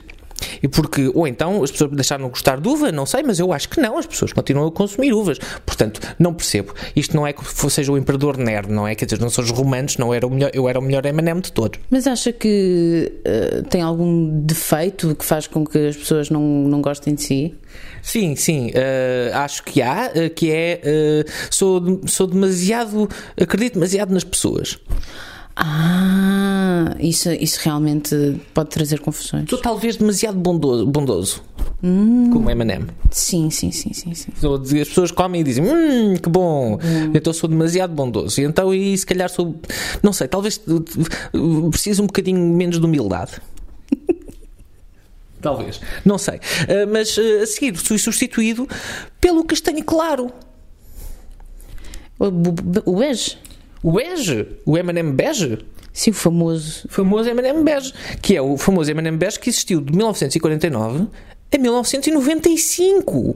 [SPEAKER 1] E porque, ou então as pessoas deixaram de gostar de uva, não sei, mas eu acho que não, as pessoas continuam a consumir uvas. Portanto, não percebo. Isto não é que fosse- seja o imperador Nero, não é? Quer dizer, não são os romanos, não era o melhor, eu era o melhor M&M de todos.
[SPEAKER 2] Mas acha que eh, tem algum defeito que faz com que as pessoas não, não gostem de si?
[SPEAKER 1] Sim, sim, eh, acho que há, eh, que é, eh, sou, de- sou demasiado, acredito demasiado nas pessoas.
[SPEAKER 2] Ah, isso, isso realmente pode trazer confusões.
[SPEAKER 1] Sou talvez demasiado bondoso, bondoso como Eminem.
[SPEAKER 2] Sim, sim, sim, sim, sim.
[SPEAKER 1] Sou de- As pessoas comem e dizem, hum, que bom, então sou demasiado bondoso. E então, e se calhar sou, não sei, talvez uh, uh, precise um bocadinho menos de humildade. Talvez, não sei. Eh, mas eh, a seguir fui substituído pelo castanho claro.
[SPEAKER 2] O, bu- o bege?
[SPEAKER 1] O bege, o Eminem bege.
[SPEAKER 2] Sim, o famoso.
[SPEAKER 1] famoso M&M Bege, que é o famoso M&M Bege que existiu de 1949 a 1995.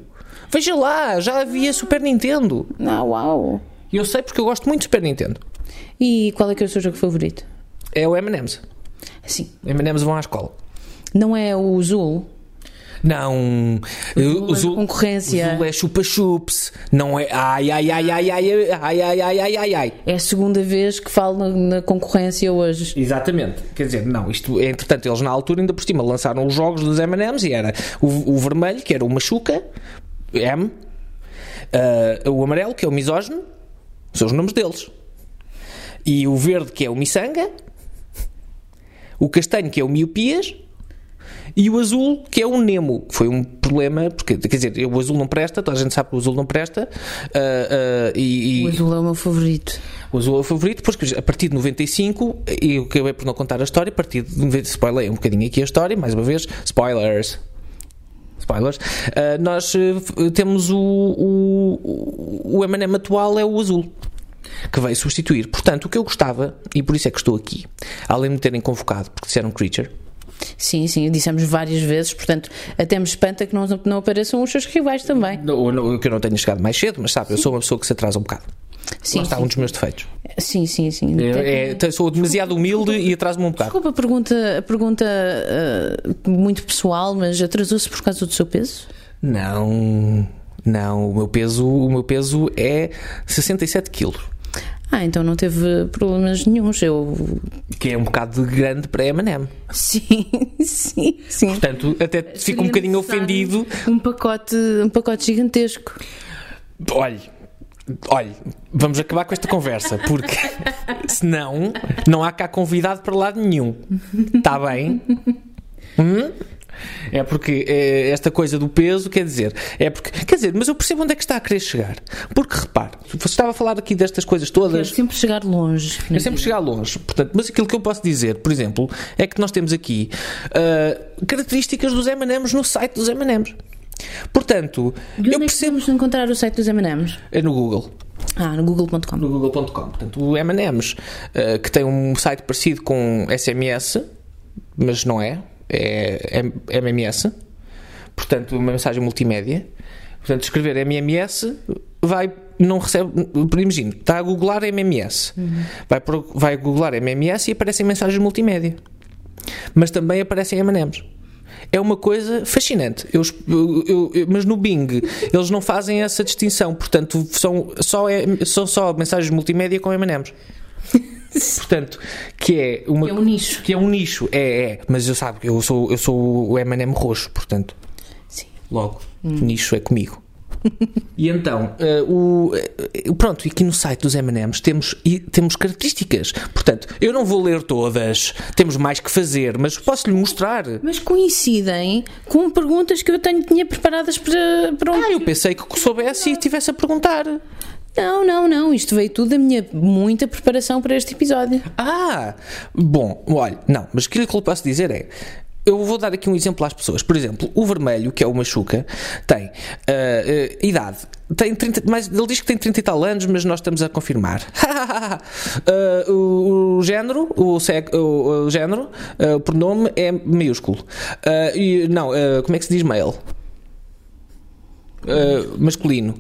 [SPEAKER 1] Veja lá, já havia Super Nintendo.
[SPEAKER 2] Ah, uau!
[SPEAKER 1] E eu sei porque eu gosto muito de Super Nintendo.
[SPEAKER 2] E qual é que é o seu jogo favorito?
[SPEAKER 1] É o M&M's.
[SPEAKER 2] Assim,
[SPEAKER 1] M&M's vão à escola.
[SPEAKER 2] não é o Zul?
[SPEAKER 1] Não, eu-
[SPEAKER 2] é concorrência.
[SPEAKER 1] o Zul é chupa-chups, não é ai ai ai ai ai ai ai ai ai ai ai.
[SPEAKER 2] É a segunda vez que falo na, na concorrência hoje.
[SPEAKER 1] Exatamente, quer dizer, não, isto é, entretanto eles na altura ainda por cima lançaram os jogos dos M&M's e era o, o vermelho que era o Machuca, M, ah, o amarelo que é o Misógino, são os nomes deles, e o verde que é o Miçanga, o castanho que é o Miopias e o azul que é o Nemo, que foi um problema, porque quer dizer, o azul não presta, toda a gente sabe que o azul não presta, ah, ah, e,
[SPEAKER 2] O
[SPEAKER 1] e-
[SPEAKER 2] Azul é o meu favorito.
[SPEAKER 1] o Azul é o favorito, porque a partir de 95, e eu acabei por não contar a história, a partir de. 90 Spoiler um bocadinho aqui a história, mais uma vez, spoilers. Spoilers. Ah, nós eh, f- temos o. O, o M&M atual é o azul. Que veio substituir. Portanto, o que eu gostava, e por isso é que estou aqui, além de me terem convocado, porque disseram Creature,
[SPEAKER 2] Sim, sim, dissemos várias vezes, portanto, até me espanta que não, não apareçam os seus rivais também.
[SPEAKER 1] ou não- que eu não tenho chegado mais cedo, mas sabe, eu sou uma pessoa que se atrasa um bocado.
[SPEAKER 2] Sim,
[SPEAKER 1] Lá está um dos meus defeitos.
[SPEAKER 2] sim, sim, sim.
[SPEAKER 1] É, é, sou demasiado humilde e atraso-me um bocado.
[SPEAKER 2] Desculpa a pergunta, a pergunta ah, muito pessoal, mas atrasou-se por causa do seu peso?
[SPEAKER 1] Não, não, o meu peso, o meu peso é 67 quilos,
[SPEAKER 2] Ah, então não teve problemas nenhuns. Eu.
[SPEAKER 1] que é um bocado de grande para M&M.
[SPEAKER 2] Sim, sim, sim.
[SPEAKER 1] Portanto, até fico um
[SPEAKER 2] Seria
[SPEAKER 1] bocadinho
[SPEAKER 2] necessário
[SPEAKER 1] ofendido.
[SPEAKER 2] Um pacote, um pacote gigantesco.
[SPEAKER 1] Olhe, olhe, vamos acabar com esta conversa, porque senão não há cá convidado para lado nenhum. Está bem? Hum? É porque é, esta coisa do peso, quer dizer, é porque, quer dizer, mas eu percebo onde é que está a querer chegar. Porque repare, você estava a falar aqui destas coisas
[SPEAKER 2] Quero
[SPEAKER 1] todas,
[SPEAKER 2] sempre chegar longe.
[SPEAKER 1] Eu sempre chegar longe, portanto, mas aquilo que eu posso dizer, por exemplo, é que nós temos aqui ah, características dos M&M's no site dos M&M's. Portanto,
[SPEAKER 2] E onde
[SPEAKER 1] eu
[SPEAKER 2] é que
[SPEAKER 1] percebo
[SPEAKER 2] podemos encontrar o site dos M&M's?
[SPEAKER 1] é no Google,
[SPEAKER 2] Ah, no google.com.
[SPEAKER 1] no google.com. Portanto, o M&M's ah, que tem um site parecido com SMS, mas não é, é M- MMS. Portanto, uma mensagem multimédia. Portanto, escrever MMS vai não recebe, imagino, está a googlar MMS. Vai pro- vai googlar MMS e aparecem mensagens multimédia. mas também aparecem M&M's. É uma coisa fascinante. Eu es- eu- eu- eu- mas no Bing eles não fazem essa distinção, portanto são só, é- são só mensagens multimédia com M&M's. Portanto, que é uma
[SPEAKER 2] É um nicho.
[SPEAKER 1] que é um nicho, é, é, mas eu sabe, eu sou eu sou o M&M roxo, portanto.
[SPEAKER 2] Sim. Hum.
[SPEAKER 1] Logo, nicho é comigo. e então, eh, o, eh, pronto, e aqui no site dos M&M's temos, e temos características. Portanto, eu não vou ler todas, temos mais que fazer, mas posso-lhe mostrar.
[SPEAKER 2] Mas coincidem com perguntas que eu tenho, tinha preparadas para, para um.
[SPEAKER 1] Ah, eu pensei que soubesse e estivesse a perguntar.
[SPEAKER 2] Não, não, não. Isto veio tudo da minha muita preparação para este episódio.
[SPEAKER 1] Ah, bom, olha, não, mas aquilo que eu lhe posso dizer é: Eu vou dar aqui um exemplo às pessoas. Por exemplo, o vermelho, que é o Machuca, tem eh, eh, idade. Tem 30, mas ele diz que tem 30 e tal anos, mas nós estamos a confirmar. Eh, o, o género, o, sec- o- o género, eh, o pronome é maiúsculo. Eh, e- não, eh, como é que se diz male? Eh, masculino.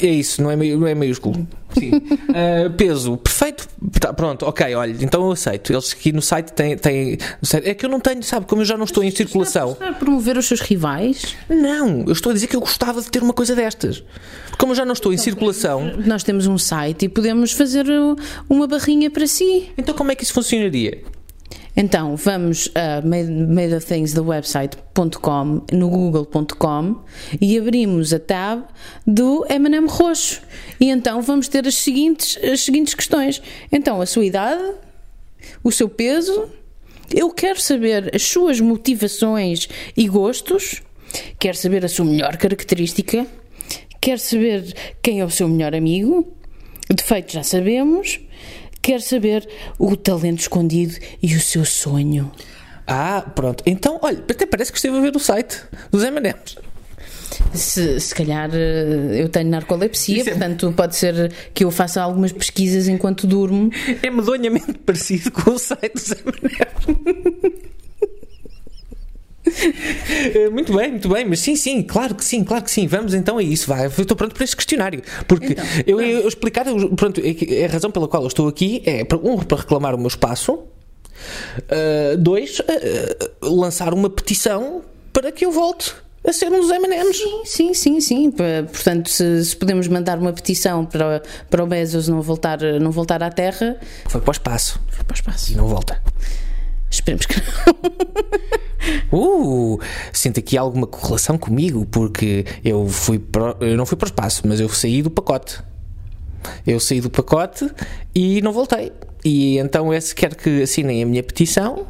[SPEAKER 1] É isso, não é, mai- não é maiúsculo. Sim. Eh, peso, perfeito. Tá, pronto, ok, olha, então eu aceito. Eles aqui no site têm. têm- no site- é que eu não tenho, sabe? Como eu já não estou em circulação.
[SPEAKER 2] Está a promover um os seus rivais?
[SPEAKER 1] Não, eu estou a dizer que eu gostava de ter uma coisa destas. Como eu já não estou em circulação,
[SPEAKER 2] Nós temos um site e podemos fazer uh, uma barrinha para si.
[SPEAKER 1] então como é que isso funcionaria?
[SPEAKER 2] Então, vamos a made, madeofthingsthewebsite.com, no google.com e abrimos a tab do M&M roxo. E então vamos ter as seguintes, as seguintes questões. Então, a sua idade, o seu peso, eu quero saber as suas motivações e gostos, quero saber a sua melhor característica, quero saber quem é o seu melhor amigo, defeitos já sabemos, quero saber o talento escondido e o seu sonho.
[SPEAKER 1] Ah, pronto. Então, olha, até parece que esteve a ver o site dos MMs.
[SPEAKER 2] Se, se calhar eh, eu tenho narcolepsia,
[SPEAKER 1] Isso é-
[SPEAKER 2] portanto pode ser que eu faça algumas pesquisas enquanto durmo.
[SPEAKER 1] É medonhamente parecido com o site dos M&M. Muito bem, muito bem, mas sim, sim, claro que sim, claro que sim. Vamos então a isso, vai. Eu estou pronto para esse questionário. Porque eu, eu, eu explicar, eu- pronto, é que a razão pela qual eu estou aqui é, para- um, para reclamar o meu espaço, ah, dois, ah, ah, lançar uma petição para que eu volte a ser um dos MMs.
[SPEAKER 2] Sim, sim, sim. P- Portanto, se, se podemos mandar uma petição para, para o Bezos não voltar, não voltar à Terra,
[SPEAKER 1] Foi para o espaço
[SPEAKER 2] para o
[SPEAKER 1] e
[SPEAKER 2] espaço.
[SPEAKER 1] não volta.
[SPEAKER 2] Esperemos que não.
[SPEAKER 1] Uh, sinto aqui alguma correlação comigo, porque eu fui para, eu não fui para o espaço, mas eu saí do pacote. Eu saí do pacote e não voltei. E então é se quer que assinem a minha petição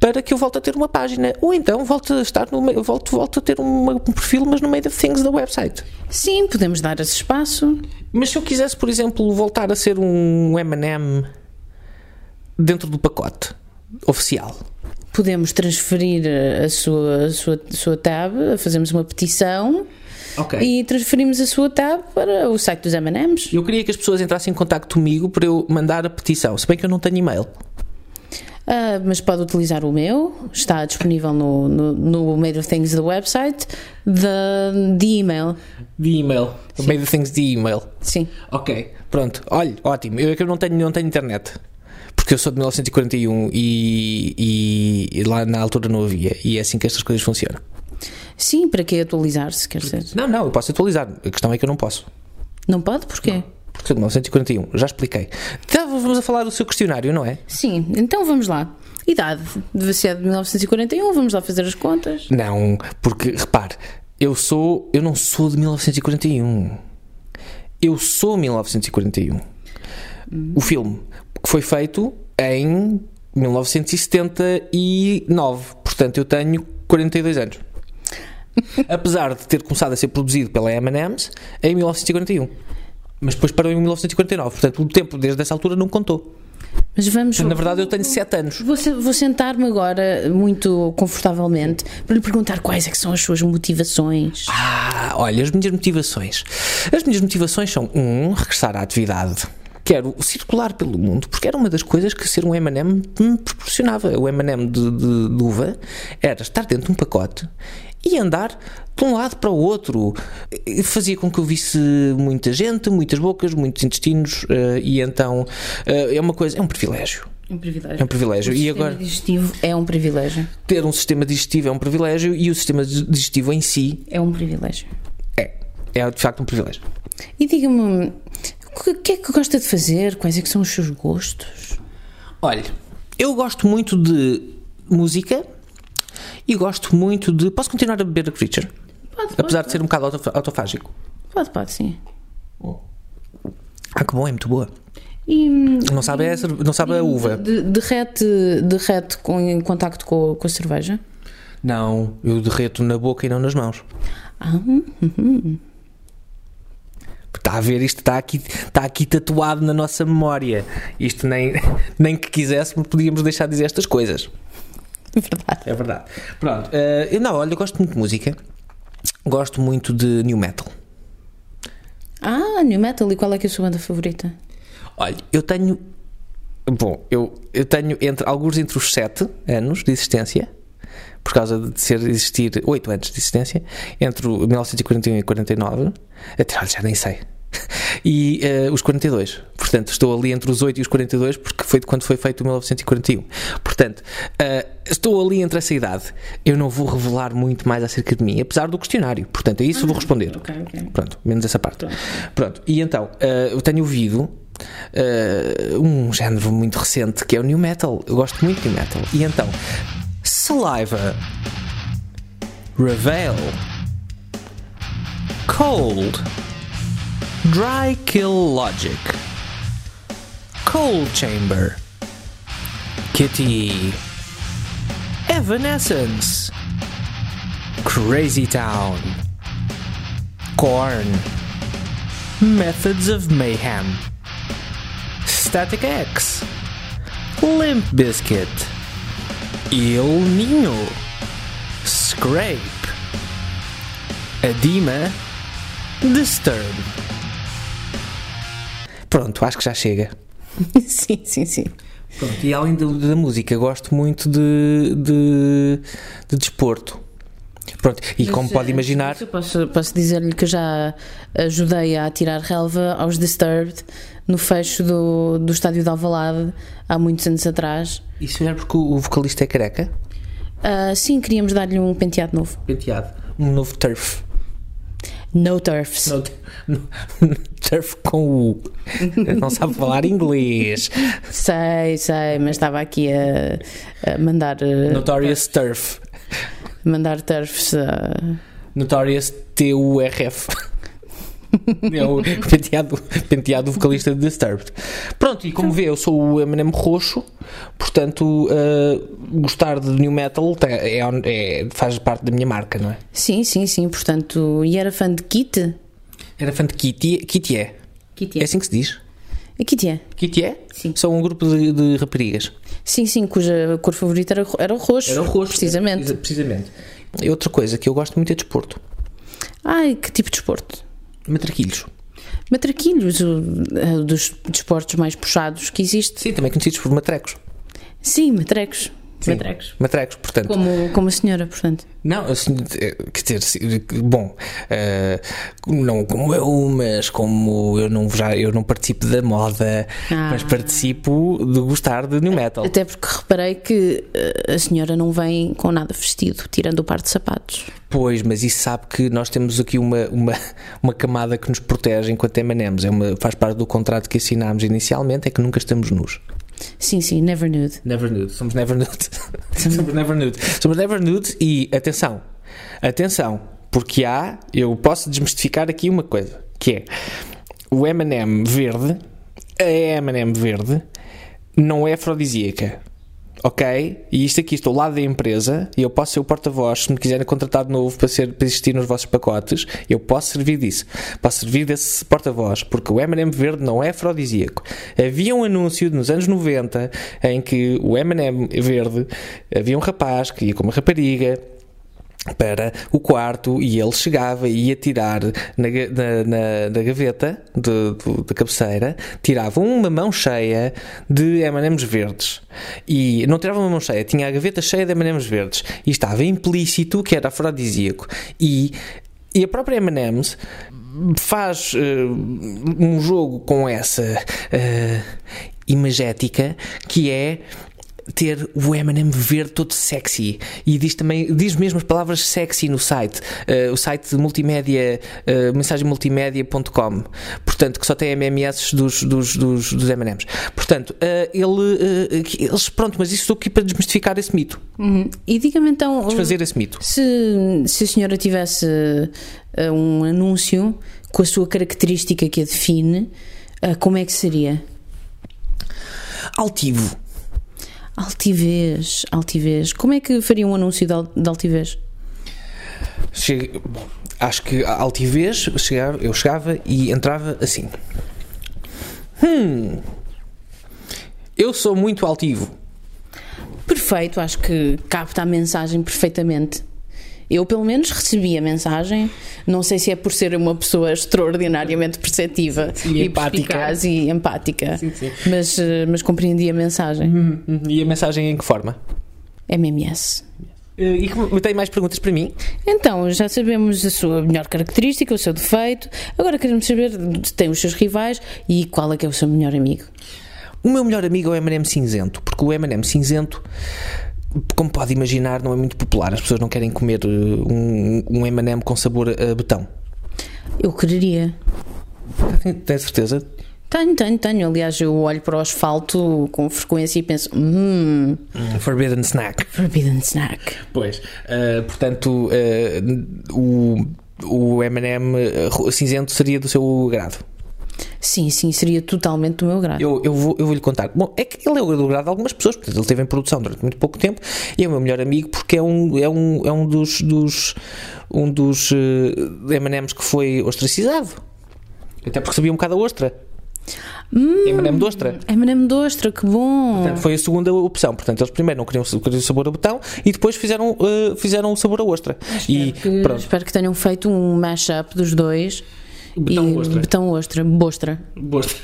[SPEAKER 1] para que eu volte a ter uma página. Ou então volte a estar no meio, volte, volte a ter uma- um perfil, mas no meio da things da website.
[SPEAKER 2] Sim, podemos dar esse espaço.
[SPEAKER 1] Mas se eu quisesse, por exemplo, voltar a ser um MM dentro do pacote oficial.
[SPEAKER 2] Podemos transferir eh, a sua, a sua, a sua tab, fazemos uma petição
[SPEAKER 1] Ok.
[SPEAKER 2] e transferimos a sua tab para o site dos M&M's.
[SPEAKER 1] Eu queria que as pessoas entrassem em contato comigo para eu mandar a petição, se bem que eu não tenho e-mail.
[SPEAKER 2] Ah, mas pode utilizar o meu, está disponível no, no, no Made of Things do website, de, de e-mail.
[SPEAKER 1] De e-mail. Made of things de e-mail.
[SPEAKER 2] Sim.
[SPEAKER 1] Ok. Pronto, olha, ótimo. Eu é que eu não tenho, não tenho internet. Porque eu sou de 1941 e, um e- e lá na altura não havia. E é assim que estas coisas funcionam.
[SPEAKER 2] Sim, para que atualizar-se, quer dizer.
[SPEAKER 1] Não, não, eu posso atualizar. A questão é que eu não posso.
[SPEAKER 2] Não pode? Porquê?
[SPEAKER 1] Porque sou de 1941, já expliquei. Então vamos a falar do seu questionário, não é?
[SPEAKER 2] Sim, então vamos lá. Idade, deve ser de 1941, vamos lá fazer as contas.
[SPEAKER 1] Não, porque repare, eu sou, eu não sou de 1941. Eu sou 1941. O filme que foi feito em 1979, portanto eu tenho 42 anos. Apesar de ter começado a ser produzido pela M&M's em 1941. Mas depois parou em 1949, portanto o tempo desde essa altura não contou.
[SPEAKER 2] Mas vamos.
[SPEAKER 1] Na verdade eu tenho 7 anos.
[SPEAKER 2] Vou, se- vou sentar-me agora muito confortavelmente para lhe perguntar quais é que são as suas motivações.
[SPEAKER 1] Ah, olha, as minhas motivações. As minhas motivações são, um, regressar à atividade. Quero circular pelo mundo, porque era uma das coisas que ser um M&M me proporcionava. O M&M de, de, de uva era estar dentro de um pacote e andar de um lado para o outro. E Fazia com que eu visse muita gente, muitas bocas, muitos intestinos eh, e então eh, é uma coisa, é um privilégio.
[SPEAKER 2] Um privilégio.
[SPEAKER 1] É um privilégio. E agora
[SPEAKER 2] digestivo é um privilégio.
[SPEAKER 1] ter um sistema digestivo é um privilégio e o sistema digestivo em si
[SPEAKER 2] É um privilégio.
[SPEAKER 1] é, é de facto um privilégio.
[SPEAKER 2] E diga-me, o que- que é que gosta de fazer? Quais é que são os seus gostos?
[SPEAKER 1] Olha, eu gosto muito de música e gosto muito de. Posso continuar a beber a Creature?
[SPEAKER 2] Pode, pode,
[SPEAKER 1] Apesar de ser um bocado autof- autofágico.
[SPEAKER 2] pode, pode, sim.
[SPEAKER 1] Ah, que bom, é muito boa.
[SPEAKER 2] E hum,
[SPEAKER 1] Não sabe a, cerve- não sabe a uva.
[SPEAKER 2] de- derrete, derrete com, em contacto com, com a cerveja?
[SPEAKER 1] Não, eu derreto na boca e não nas mãos.
[SPEAKER 2] Ah, hum,
[SPEAKER 1] Está a ver, isto está aqui, está aqui tatuado na nossa memória. Isto nem, nem que quiséssemos podíamos deixar de dizer estas coisas.
[SPEAKER 2] Verdade.
[SPEAKER 1] É verdade. Pronto. eh, eu não, olha, eu gosto muito de música. Gosto muito de new metal.
[SPEAKER 2] Ah, New Metal, e qual é que é a sua banda favorita?
[SPEAKER 1] Olha, eu tenho. Bom, eu, eu tenho entre, alguns entre os 7 anos de existência, por causa de ser existir 8 anos de existência, entre o 1941 e 49, até olha, já nem sei. E eh, os 42. Portanto, estou ali entre os 8 e os 42, porque foi de quando foi feito o 1941. Portanto, eh, estou ali entre essa idade. Eu não vou revelar muito mais acerca de mim, apesar do questionário. Portanto, a isso vou responder.
[SPEAKER 2] Ah, ok.
[SPEAKER 1] Pronto, menos essa parte. Pronto, e então, eh, eu tenho ouvido eh, um género muito recente que é o New Metal. Eu gosto muito de New Metal. E então, Saliva, Reveal, Cold, Dry Kill Logic, Cold Chamber, Kitty, Evanescence, Crazy Town. Corn. Methods of Mayhem. Static X. Limp Biscuit. Il Nino. Scrape. Edema. Disturb. Pronto, acho que já chega.
[SPEAKER 2] sim, sim, sim.
[SPEAKER 1] Pronto, e além da, da música, gosto muito de, de, de desporto. Pronto, e como
[SPEAKER 2] Mas,
[SPEAKER 1] pode
[SPEAKER 2] eh,
[SPEAKER 1] imaginar,
[SPEAKER 2] Eu posso, posso dizer-lhe que eu já ajudei a tirar relva aos Disturbed no fecho do, do estádio de Alvalade há muitos anos atrás.
[SPEAKER 1] isso é porque o o vocalista é careca,
[SPEAKER 2] Ah, sim, queríamos dar-lhe um penteado novo.
[SPEAKER 1] penteado, um novo turf.
[SPEAKER 2] No turfs.
[SPEAKER 1] No, no- um turf com U. Não sabe falar inglês.
[SPEAKER 2] Sei, sei, mas estava aqui a, a mandar, eh,
[SPEAKER 1] Notorious Turf.
[SPEAKER 2] mandar turfs. ah.
[SPEAKER 1] Notorious T-U-R-F. É o penteado, penteado vocalista de Disturbed. Pronto, e como vê, eu sou o Eminem roxo, portanto, eh, gostar de new metal tá- é on- é- faz parte da minha marca, não é?
[SPEAKER 2] Sim, sim, sim, portanto. E era fã de Kit?
[SPEAKER 1] Era fã de Kitty, Kitty é.
[SPEAKER 2] Kit
[SPEAKER 1] É assim que se diz?
[SPEAKER 2] Kit é.
[SPEAKER 1] Kitty é?
[SPEAKER 2] Sim.
[SPEAKER 1] São um grupo de, de raparigas.
[SPEAKER 2] Sim, sim, cuja cor favorita era, era o roxo.
[SPEAKER 1] Era o roxo. né?
[SPEAKER 2] Precisamente.
[SPEAKER 1] Precisamente. E outra coisa que eu gosto muito é desporto.
[SPEAKER 2] Ai, que tipo de desporto?
[SPEAKER 1] Matraquilhos.
[SPEAKER 2] Matraquilhos, o- eh, dos desportos mais puxados que existe.
[SPEAKER 1] Sim, também conhecidos por matrecos.
[SPEAKER 2] Sim, matrecos.
[SPEAKER 1] Sim, Matrecos, portanto.
[SPEAKER 2] Como, como a senhora, portanto.
[SPEAKER 1] Não, assim, eh, quer dizer, se- bom, eh, não como eu, mas como eu não, já, eu não participo da moda,
[SPEAKER 2] Ah.
[SPEAKER 1] mas participo de gostar de new metal.
[SPEAKER 2] Até porque reparei que eh, a senhora não vem com nada vestido, tirando o par de sapatos.
[SPEAKER 1] Pois, mas isso sabe que nós temos aqui uma, uma, uma camada que nos protege enquanto emanemos. É uma, faz parte do contrato que assinámos inicialmente, é que nunca estamos nus.
[SPEAKER 2] Sim, sim, never nude.
[SPEAKER 1] Never nude. Somos never nude. Somos never nude. Somos never nude e atenção, atenção, porque há, eu posso desmistificar aqui uma coisa, que é o M&M verde, a M&M verde não é afrodisíaca. Ok? E isto aqui, estou lá da empresa e eu posso ser o porta-voz. Se me quiserem contratar de novo para, ser, para existir nos vossos pacotes, eu posso servir disso. Posso servir desse porta-voz, porque o M&M verde não é afrodisíaco. Havia um anúncio nos anos 90 em que o M&M verde, havia um rapaz que ia com uma rapariga para o quarto e ele chegava e ia tirar na, ga- na- na- na gaveta de- do- da cabeceira, tirava uma mão cheia de M&M's verdes e não tirava uma mão cheia tinha a gaveta cheia de M&M's verdes e estava implícito que era afrodisíaco e, e a própria M&M's faz eh, um jogo com essa eh, imagética que é ter o Eminem verde todo sexy e diz também diz mesmo as palavras sexy no site eh, o site de multimédia eh, mensagemultimédia.com portanto que só tem MMS dos, dos, dos, dos M&M's portanto eh, ele, eh, que- eles pronto mas isso estou aqui para desmistificar esse mito
[SPEAKER 2] Uhum. E diga-me então.
[SPEAKER 1] desfazer esse mito
[SPEAKER 2] Se, se a senhora tivesse eh, um anúncio com a sua característica que a define, eh, como é que seria?
[SPEAKER 1] altivo
[SPEAKER 2] Altivez, altivez. Como é que faria um anúncio de, al- de altivez?
[SPEAKER 1] Chega- bom, acho que a altivez, chegava- eu chegava e entrava assim. Hum, eu sou muito altivo.
[SPEAKER 2] Perfeito, acho que capta a mensagem perfeitamente. Eu, pelo menos, recebi a mensagem. Não sei se é por ser uma pessoa extraordinariamente perceptiva
[SPEAKER 1] E
[SPEAKER 2] e,
[SPEAKER 1] empática.
[SPEAKER 2] perspicaz e empática,
[SPEAKER 1] Sim, sim.
[SPEAKER 2] Mas, eh, mas compreendi a mensagem.
[SPEAKER 1] Uhum, uhum. E a mensagem em que forma?
[SPEAKER 2] MMS.
[SPEAKER 1] Eh, E que- tem mais perguntas para mim?
[SPEAKER 2] Então, já sabemos a sua melhor característica, o seu defeito. Agora queremos saber se tem os seus rivais e qual é que é o seu melhor amigo.
[SPEAKER 1] O meu melhor amigo é o M&M cinzento, porque o M&M cinzento, como pode imaginar, não é muito popular. As pessoas não querem comer eh, um, um M&M com sabor a betão.
[SPEAKER 2] Eu quereria.
[SPEAKER 1] Tem- Tem certeza?
[SPEAKER 2] Tenho, tenho, tenho. Aliás, eu olho para o asfalto com frequência e penso: hum,
[SPEAKER 1] Forbidden snack.
[SPEAKER 2] Forbidden Snack.
[SPEAKER 1] Pois, eh, portanto, eh, o, o M&M eh, cinzento seria do seu grado.
[SPEAKER 2] Sim, sim, seria totalmente do meu grado.
[SPEAKER 1] Eu, eu vou, eu vou lhe contar. Bom, é que ele é o adorado de algumas pessoas, portanto, ele esteve em produção durante muito pouco tempo e é o meu melhor amigo porque é um, é um, é um dos, dos, um dos eh, M&M's que foi ostracizado. Até porque sabia um bocado a ostra.
[SPEAKER 2] Hum.
[SPEAKER 1] M&M de ostra.
[SPEAKER 2] É Madame Dostra, que bom!
[SPEAKER 1] Portanto, foi a segunda opção. Portanto, eles primeiro não queriam, queriam sabor a botão e depois fizeram, eh, fizeram o sabor a ostra. E
[SPEAKER 2] Que-
[SPEAKER 1] pronto.
[SPEAKER 2] Espero que tenham feito um mashup dos dois.
[SPEAKER 1] Betão
[SPEAKER 2] e,
[SPEAKER 1] ostra.
[SPEAKER 2] Betão ostra, bostra.
[SPEAKER 1] Bostra.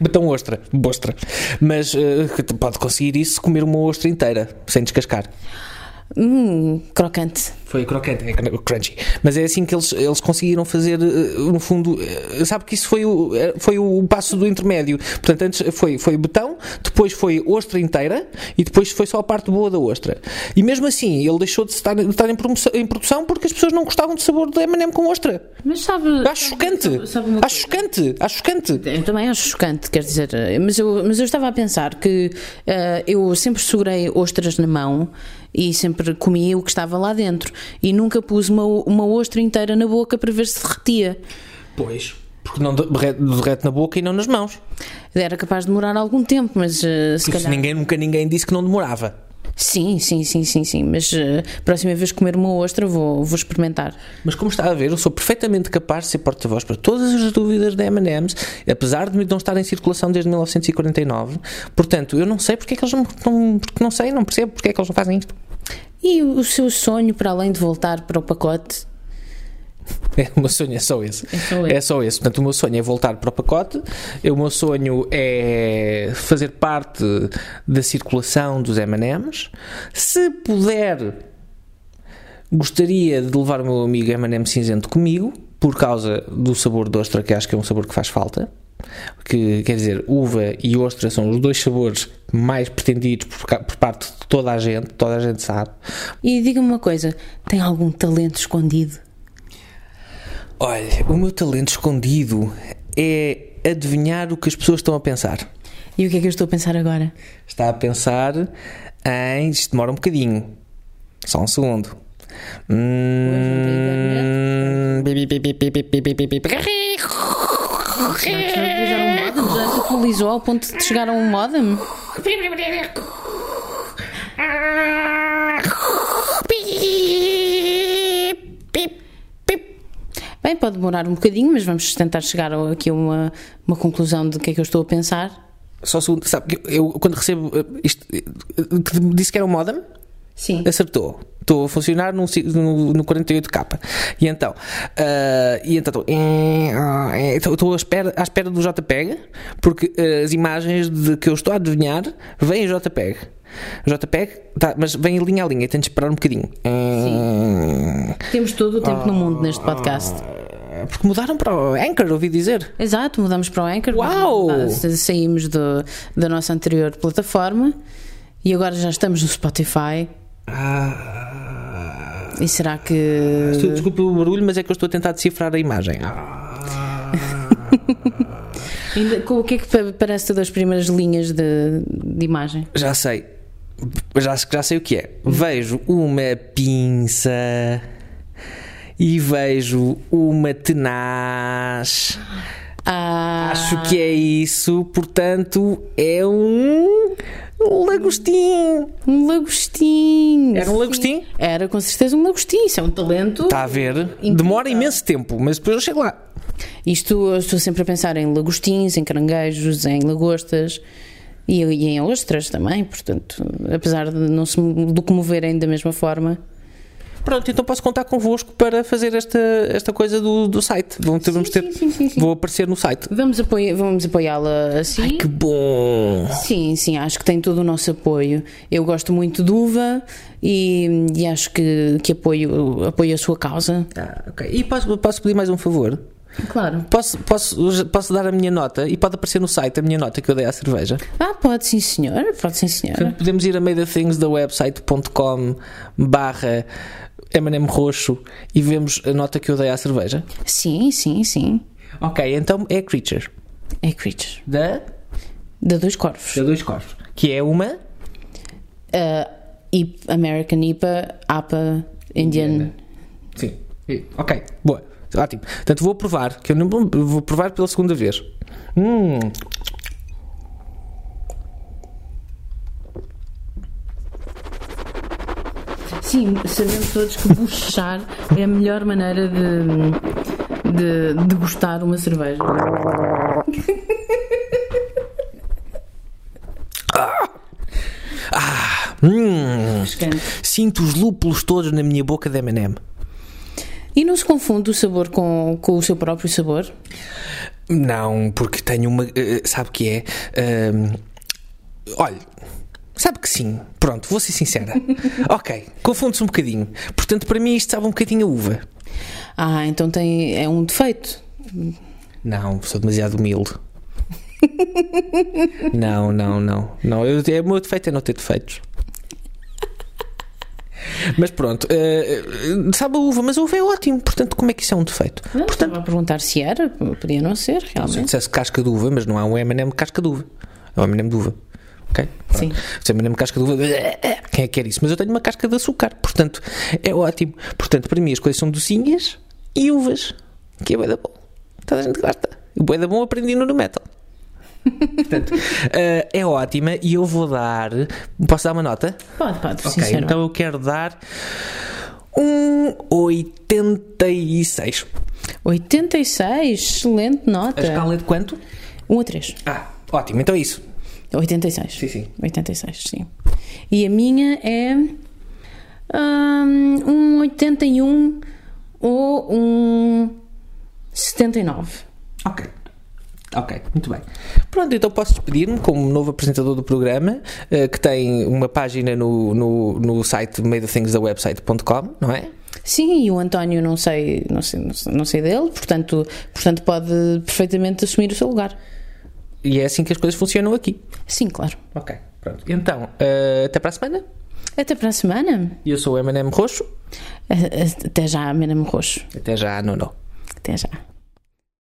[SPEAKER 1] Betão ostra, bostra. Mas eh, que pode conseguir isso comer uma ostra inteira, sem descascar.
[SPEAKER 2] Hum, crocante.
[SPEAKER 1] Foi crocante, é cr- crunchy. Mas é assim que eles, eles conseguiram fazer, eh, no fundo, eh, sabe que isso foi o, eh, foi o passo do intermédio. Portanto, antes foi, foi betão, depois foi ostra inteira e depois foi só a parte boa da ostra. E mesmo assim, ele deixou de estar, de estar em, promoção- em produção porque as pessoas não gostavam do sabor do M&M com ostra.
[SPEAKER 2] Mas sabe.
[SPEAKER 1] Acho chocante, acho chocante, acho chocante.
[SPEAKER 2] Eu também acho chocante, quer dizer, mas eu, mas eu estava a pensar que eh, eu sempre segurei ostras na mão e sempre comia o que estava lá dentro e nunca pus uma, uma ostra inteira na boca para ver se derretia.
[SPEAKER 1] Pois. Porque não derrete, derrete na boca e não nas mãos.
[SPEAKER 2] Era capaz de demorar algum tempo, mas eh, se
[SPEAKER 1] Por isso
[SPEAKER 2] calhar.
[SPEAKER 1] ninguém, nunca ninguém disse que não demorava.
[SPEAKER 2] Sim, sim, sim, sim, sim, mas eh, próxima vez que comer uma ostra vou, vou experimentar.
[SPEAKER 1] Mas como está a ver, eu sou perfeitamente capaz de ser porta-voz para todas as dúvidas da M&M's, apesar de não estar em circulação desde 1949. Portanto, eu não sei porque é que eles não, não- porque não sei, não percebo porque é que eles não fazem isto.
[SPEAKER 2] E o seu sonho, para além de voltar para o pacote?
[SPEAKER 1] É, o meu sonho é só esse.
[SPEAKER 2] É só esse.
[SPEAKER 1] É só esse. Portanto, o meu sonho é voltar para o pacote. O meu sonho é fazer parte da circulação dos MMs. Se puder, gostaria de levar o meu amigo MM cinzento comigo, por causa do sabor de ostra, que acho que é um sabor que faz falta. Que quer dizer, uva e ostra são os dois sabores mais pretendidos por, ca- por parte de toda a gente, toda a gente sabe.
[SPEAKER 2] E diga-me uma coisa, tem algum talento escondido?
[SPEAKER 1] Olha, o meu talento escondido é adivinhar o que as pessoas estão a pensar.
[SPEAKER 2] E o que é que eu estou a pensar agora?
[SPEAKER 1] Está a pensar em. Isto demora um bocadinho. Só um segundo.
[SPEAKER 2] é.
[SPEAKER 1] Hum... bi, bi, bi, bi, bi, bi, bi, bi, bi, bi.
[SPEAKER 2] um Já se atualizou ao ponto de chegar a um modem? Bem, pode demorar um bocadinho, mas vamos tentar chegar a- aqui a uma, uma conclusão do que é que eu estou a pensar.
[SPEAKER 1] Só um segundo. Sabe, que eu quando recebo. eh, Isto, eh, que disse que era um modem?
[SPEAKER 2] Sim.
[SPEAKER 1] Acertou. Estou a funcionar num si- no, no 48K. E então. ah, e então. estou- eh, ah, eh, Estou estou à espera, à espera do JPEG, porque eh, as imagens de que eu estou a adivinhar vêm em JPEG. JPEG, tá, mas vem linha a linha, tenho de esperar um bocadinho. Eh,
[SPEAKER 2] Temos todo o tempo no mundo neste podcast.
[SPEAKER 1] porque mudaram para o Anchor, ouvi dizer.
[SPEAKER 2] Exato, mudamos para o Anchor.
[SPEAKER 1] Uau!
[SPEAKER 2] Ah, sa- Saímos do, da nossa anterior plataforma e agora já estamos no Spotify. E será que.
[SPEAKER 1] Ah, Desculpe o barulho, mas é que eu estou a tentar decifrar a imagem. Ah.
[SPEAKER 2] Ainda- com- o que é que pa- parece das primeiras linhas de, de imagem?
[SPEAKER 1] Já sei. Já, já sei o que é. Vejo uma pinça e vejo uma tenaz.
[SPEAKER 2] Ah,
[SPEAKER 1] Acho que é isso. Portanto, é um lagostim.
[SPEAKER 2] um lagostim!
[SPEAKER 1] Era um
[SPEAKER 2] Sim.
[SPEAKER 1] lagostim? Tá.
[SPEAKER 2] Era com certeza um lagostim, isso é um talento.
[SPEAKER 1] Está a ver? Demora imenso tempo, mas depois eu chego lá.
[SPEAKER 2] Isto eu estou sempre a pensar em lagostins, em caranguejos, em lagostas. E, e em ostras também, portanto, apesar de não se locomoverem da mesma forma.
[SPEAKER 1] Pronto, então posso contar convosco para fazer esta, esta coisa do, do site. Vamos ter, vamos ter-
[SPEAKER 2] sim, sim, sim, sim.
[SPEAKER 1] Vou aparecer no site.
[SPEAKER 2] Vamos, apoia- vamos apoiá-la assim.
[SPEAKER 1] Ai, que bom!
[SPEAKER 2] Sim, sim, acho que tem todo o nosso apoio. Eu gosto muito de uva e, e acho que, que apoio, apoio a sua causa.
[SPEAKER 1] Ah, ok. E posso, posso pedir mais um favor?
[SPEAKER 2] Claro.
[SPEAKER 1] Posso, posso, posso dar a minha nota e pode aparecer no site a minha nota que eu dei à cerveja.
[SPEAKER 2] Ah, pode sim, senhor. Pode sim, senhora.
[SPEAKER 1] Podemos ir a meidathings.website.com barra M&M roxo e vemos a nota que eu dei à cerveja.
[SPEAKER 2] Sim, sim, sim.
[SPEAKER 1] Ok, então é Creature.
[SPEAKER 2] É Creatures.
[SPEAKER 1] Da?
[SPEAKER 2] Da Dois Corvos.
[SPEAKER 1] Da Dois Corvos. Que é uma...
[SPEAKER 2] Ah, I- American IPA, APA, Indian.
[SPEAKER 1] Sim. Ok, boa. Ótimo. Portanto, vou provar, que eu não vou provar pela segunda vez. Hum.
[SPEAKER 2] Sim, sabemos todos que buchar é a melhor maneira de, de, de gostar uma cerveja.
[SPEAKER 1] Hum.
[SPEAKER 2] Pescante.
[SPEAKER 1] Sinto os lúpulos todos na minha boca de M&M.
[SPEAKER 2] E não se confunde o sabor com, com o seu próprio sabor?
[SPEAKER 1] Não, porque tenho uma. eh, Sabe que é? Ahm, olha, sabe que sim. Pronto, vou ser sincera. ok, confundo-se um bocadinho. Portanto, para mim isto sabe um bocadinho a uva.
[SPEAKER 2] Ah, então tem, é um defeito.
[SPEAKER 1] Não, sou demasiado humilde. não, não, não. não eu, é, o meu defeito é não ter defeitos. Mas pronto, eh, eh, sabe a uva, mas a uva é ótimo, portanto, como é que isso é um defeito?
[SPEAKER 2] Não, Estava a perguntar se era, podia não ser,
[SPEAKER 1] Se eu
[SPEAKER 2] realmente.
[SPEAKER 1] dissesse casca de uva, mas não há um M&M de casca de uva. É um M&M de uva. Ok? Pronto.
[SPEAKER 2] Sim.
[SPEAKER 1] Se é M&M casca de uva, quem é que quer isso? Mas eu tenho uma casca de açúcar, portanto, é ótimo. Portanto, para mim as coisas são docinhas e uvas, que é bué da bom. Toda a gente gosta. O bué da bom aprendi no Nu metal. portanto, eh, é ótima e eu vou dar... Posso dar uma nota?
[SPEAKER 2] Pode, pode, sim,
[SPEAKER 1] Ok,
[SPEAKER 2] senhora.
[SPEAKER 1] então eu quero dar um 86.
[SPEAKER 2] 86, excelente
[SPEAKER 1] A
[SPEAKER 2] nota.
[SPEAKER 1] escala é de quanto?
[SPEAKER 2] 1 a 3.
[SPEAKER 1] Ah, ótimo, então é isso.
[SPEAKER 2] 86.
[SPEAKER 1] Sim, sim.
[SPEAKER 2] 86, sim. E a minha é hum, um 81 ou um 79.
[SPEAKER 1] Ok. Ok, muito bem. Pronto, então posso despedir-me como novo apresentador do programa, eh, que tem uma página no, no, no site madeofthingsdawebsite.com, não é?
[SPEAKER 2] Sim, e o António não sei, não sei, não sei- não sei dele, portanto, portanto pode perfeitamente assumir o seu lugar.
[SPEAKER 1] E é assim que as coisas funcionam aqui.
[SPEAKER 2] Sim, claro.
[SPEAKER 1] Ok, pronto. Então, eh, até para a semana.
[SPEAKER 2] Até para a semana.
[SPEAKER 1] Eu sou o M&M Roxo.
[SPEAKER 2] Até já, Menamo Roxo.
[SPEAKER 1] Até já, não, não.
[SPEAKER 2] Até já.